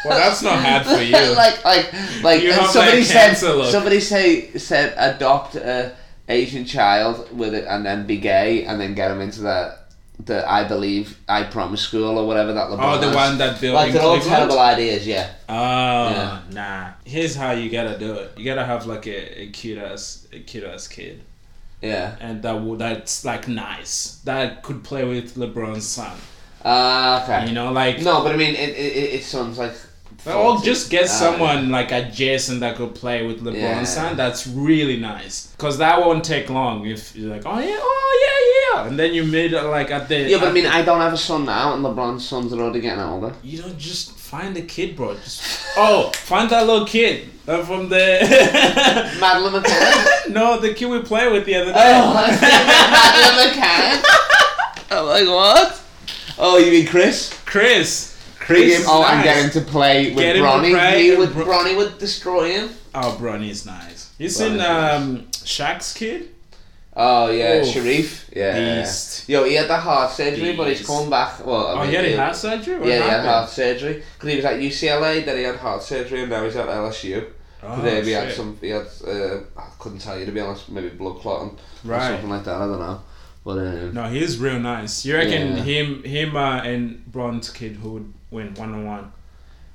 [SPEAKER 2] Well, that's not hard for you.
[SPEAKER 1] like, like, like.
[SPEAKER 2] You
[SPEAKER 1] and
[SPEAKER 2] have
[SPEAKER 1] somebody
[SPEAKER 2] that
[SPEAKER 1] said,
[SPEAKER 2] cancer look.
[SPEAKER 1] somebody say said adopt a Asian child with it, and then be gay, and then get them into the the I believe I promise school or whatever that.
[SPEAKER 2] oh,
[SPEAKER 1] LeBron
[SPEAKER 2] the
[SPEAKER 1] has.
[SPEAKER 2] one that built
[SPEAKER 1] Like
[SPEAKER 2] in
[SPEAKER 1] they're all
[SPEAKER 2] Cleveland?
[SPEAKER 1] terrible ideas, yeah.
[SPEAKER 2] Oh, nah. Here's how you gotta do it. You gotta have like a, a cute ass a cute ass kid,
[SPEAKER 1] Yeah.
[SPEAKER 2] and that will that's like nice. That could play with LeBron's son.
[SPEAKER 1] Uh, okay.
[SPEAKER 2] You know, like
[SPEAKER 1] No, but I mean, it, it, it- it sounds like.
[SPEAKER 2] or just get
[SPEAKER 1] Uh,
[SPEAKER 2] someone like adjacent that could play with LeBron's
[SPEAKER 1] Yeah.
[SPEAKER 2] son. That's really nice because that won't take long. If you're like, oh yeah, oh yeah, yeah, and then you meet uh, like at the
[SPEAKER 1] Yeah, but I mean, I don't have a son now, and LeBron's sons are already getting older.
[SPEAKER 2] You don't just find a kid, bro. Just oh, find that little kid uh, from the
[SPEAKER 1] Madeline McCann.
[SPEAKER 2] no, the kid we played with the other day.
[SPEAKER 1] oh, I said Madeline McCann. I'm like, what? Oh, you mean Chris?
[SPEAKER 2] Chris.
[SPEAKER 1] Bring him-
[SPEAKER 2] is
[SPEAKER 1] oh, and
[SPEAKER 2] nice.
[SPEAKER 1] get him to play with
[SPEAKER 2] Get him to
[SPEAKER 1] Bronny.
[SPEAKER 2] play
[SPEAKER 1] he
[SPEAKER 2] and
[SPEAKER 1] would,
[SPEAKER 2] Bro-
[SPEAKER 1] Bronny would destroy him.
[SPEAKER 2] Oh, Bronny's nice. You
[SPEAKER 1] Bronny's
[SPEAKER 2] seen
[SPEAKER 1] nice.
[SPEAKER 2] um Shaq's kid?
[SPEAKER 1] Oh yeah,
[SPEAKER 2] Oof.
[SPEAKER 1] Sharif. Yeah.
[SPEAKER 2] Beast.
[SPEAKER 1] Yo, he had the heart surgery, but he's
[SPEAKER 2] Beast.
[SPEAKER 1] come back. Well, I
[SPEAKER 2] Oh,
[SPEAKER 1] mean,
[SPEAKER 2] he had a heart surgery. What
[SPEAKER 1] Yeah, he had
[SPEAKER 2] happened?
[SPEAKER 1] heart surgery because he was at UCLA. Then he had heart surgery, and now he's at LSU.
[SPEAKER 2] Oh,
[SPEAKER 1] Today we had
[SPEAKER 2] shit.
[SPEAKER 1] some. We had. Uh, I couldn't tell you to be honest. Maybe blood clotting or
[SPEAKER 2] Right.
[SPEAKER 1] something like that. I don't know. But um,
[SPEAKER 2] No, he's real nice. You reckon
[SPEAKER 1] Yeah.
[SPEAKER 2] him, him, uh, and Bron's kid who would win one on one?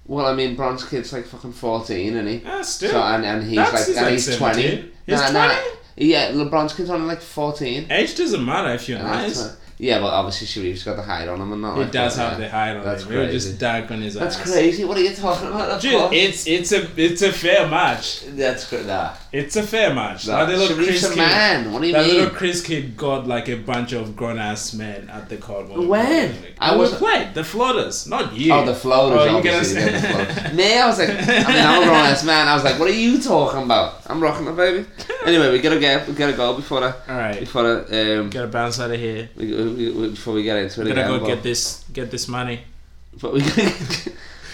[SPEAKER 1] well, I mean, Bron's kid's like fucking fourteen, isn't he?
[SPEAKER 2] Ah, still.
[SPEAKER 1] So and, and he's
[SPEAKER 2] That's-
[SPEAKER 1] like
[SPEAKER 2] he's
[SPEAKER 1] and
[SPEAKER 2] like
[SPEAKER 1] he's twenty.
[SPEAKER 2] 17. He's 20?
[SPEAKER 1] yeah, LeBron's kid's only like fourteen.
[SPEAKER 2] Age doesn't matter if you're
[SPEAKER 1] And that's
[SPEAKER 2] nice.
[SPEAKER 1] twen- Yeah, but obviously Sharif's got the hide on him and not.
[SPEAKER 2] He
[SPEAKER 1] like
[SPEAKER 2] does
[SPEAKER 1] that,
[SPEAKER 2] have
[SPEAKER 1] yeah.
[SPEAKER 2] the hide on
[SPEAKER 1] That's
[SPEAKER 2] him. He would
[SPEAKER 1] crazy.
[SPEAKER 2] just dark on his
[SPEAKER 1] That's
[SPEAKER 2] eyes.
[SPEAKER 1] crazy. What are you talking about? Of
[SPEAKER 2] Dude,
[SPEAKER 1] course.
[SPEAKER 2] it's it's a it's a fair match.
[SPEAKER 1] That's good. Nah,
[SPEAKER 2] It's a fair match.
[SPEAKER 1] nah.
[SPEAKER 2] That little
[SPEAKER 1] Sharif's
[SPEAKER 2] Chris
[SPEAKER 1] a
[SPEAKER 2] kid,
[SPEAKER 1] man. What do you
[SPEAKER 2] that
[SPEAKER 1] mean?
[SPEAKER 2] little Chris kid got like a bunch of grown ass men at the court.
[SPEAKER 1] When? I
[SPEAKER 2] I was
[SPEAKER 1] wasn't-
[SPEAKER 2] played the floaters, not you.
[SPEAKER 1] Oh, the floaters,
[SPEAKER 2] Oh, you
[SPEAKER 1] obviously.
[SPEAKER 2] gonna
[SPEAKER 1] yeah,
[SPEAKER 2] say-
[SPEAKER 1] the floaters. Me, I was like, I mean, I'm a grown ass man. I was like, what are you talking about? I'm rocking it, baby. Anyway, we gotta get, we gotta go before I,
[SPEAKER 2] All right,
[SPEAKER 1] before I, um,
[SPEAKER 2] gotta bounce out of here.
[SPEAKER 1] we, we, we- before we get into it
[SPEAKER 2] Gotta
[SPEAKER 1] again.
[SPEAKER 2] go
[SPEAKER 1] but,
[SPEAKER 2] get this get this money.
[SPEAKER 1] But we gotta get,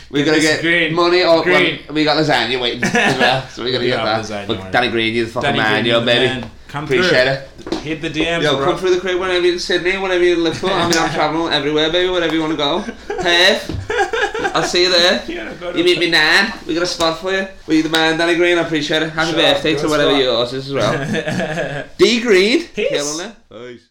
[SPEAKER 1] we gotta
[SPEAKER 2] this
[SPEAKER 1] get
[SPEAKER 2] green.
[SPEAKER 1] money or
[SPEAKER 2] Green.
[SPEAKER 1] well, we got lasagna waiting as well, so we gotta
[SPEAKER 2] We
[SPEAKER 1] get that.
[SPEAKER 2] have lasagna,
[SPEAKER 1] but
[SPEAKER 2] right.
[SPEAKER 1] Danny Green, you're the fucking
[SPEAKER 2] Danny
[SPEAKER 1] Oh, man,
[SPEAKER 2] Green,
[SPEAKER 1] yo,
[SPEAKER 2] the
[SPEAKER 1] baby.
[SPEAKER 2] man. Come
[SPEAKER 1] Appreciate it.
[SPEAKER 2] through. Hit the DMs,
[SPEAKER 1] Yo,
[SPEAKER 2] bro.
[SPEAKER 1] come through the crib whenever you're in Sydney, whenever you're in Liverpool. I mean, I'm traveling everywhere, baby, wherever you wanna go. Perth, I'll see you there.
[SPEAKER 2] You gotta go to
[SPEAKER 1] You meet me nan. We got a spot for you. Were you the man, Danny Green? I appreciate it. Happy
[SPEAKER 2] Sure,
[SPEAKER 1] birthday
[SPEAKER 2] good
[SPEAKER 1] to whatever
[SPEAKER 2] spot.
[SPEAKER 1] yours is as well. D Green.
[SPEAKER 2] Peace.
[SPEAKER 1] Killing it. Peace.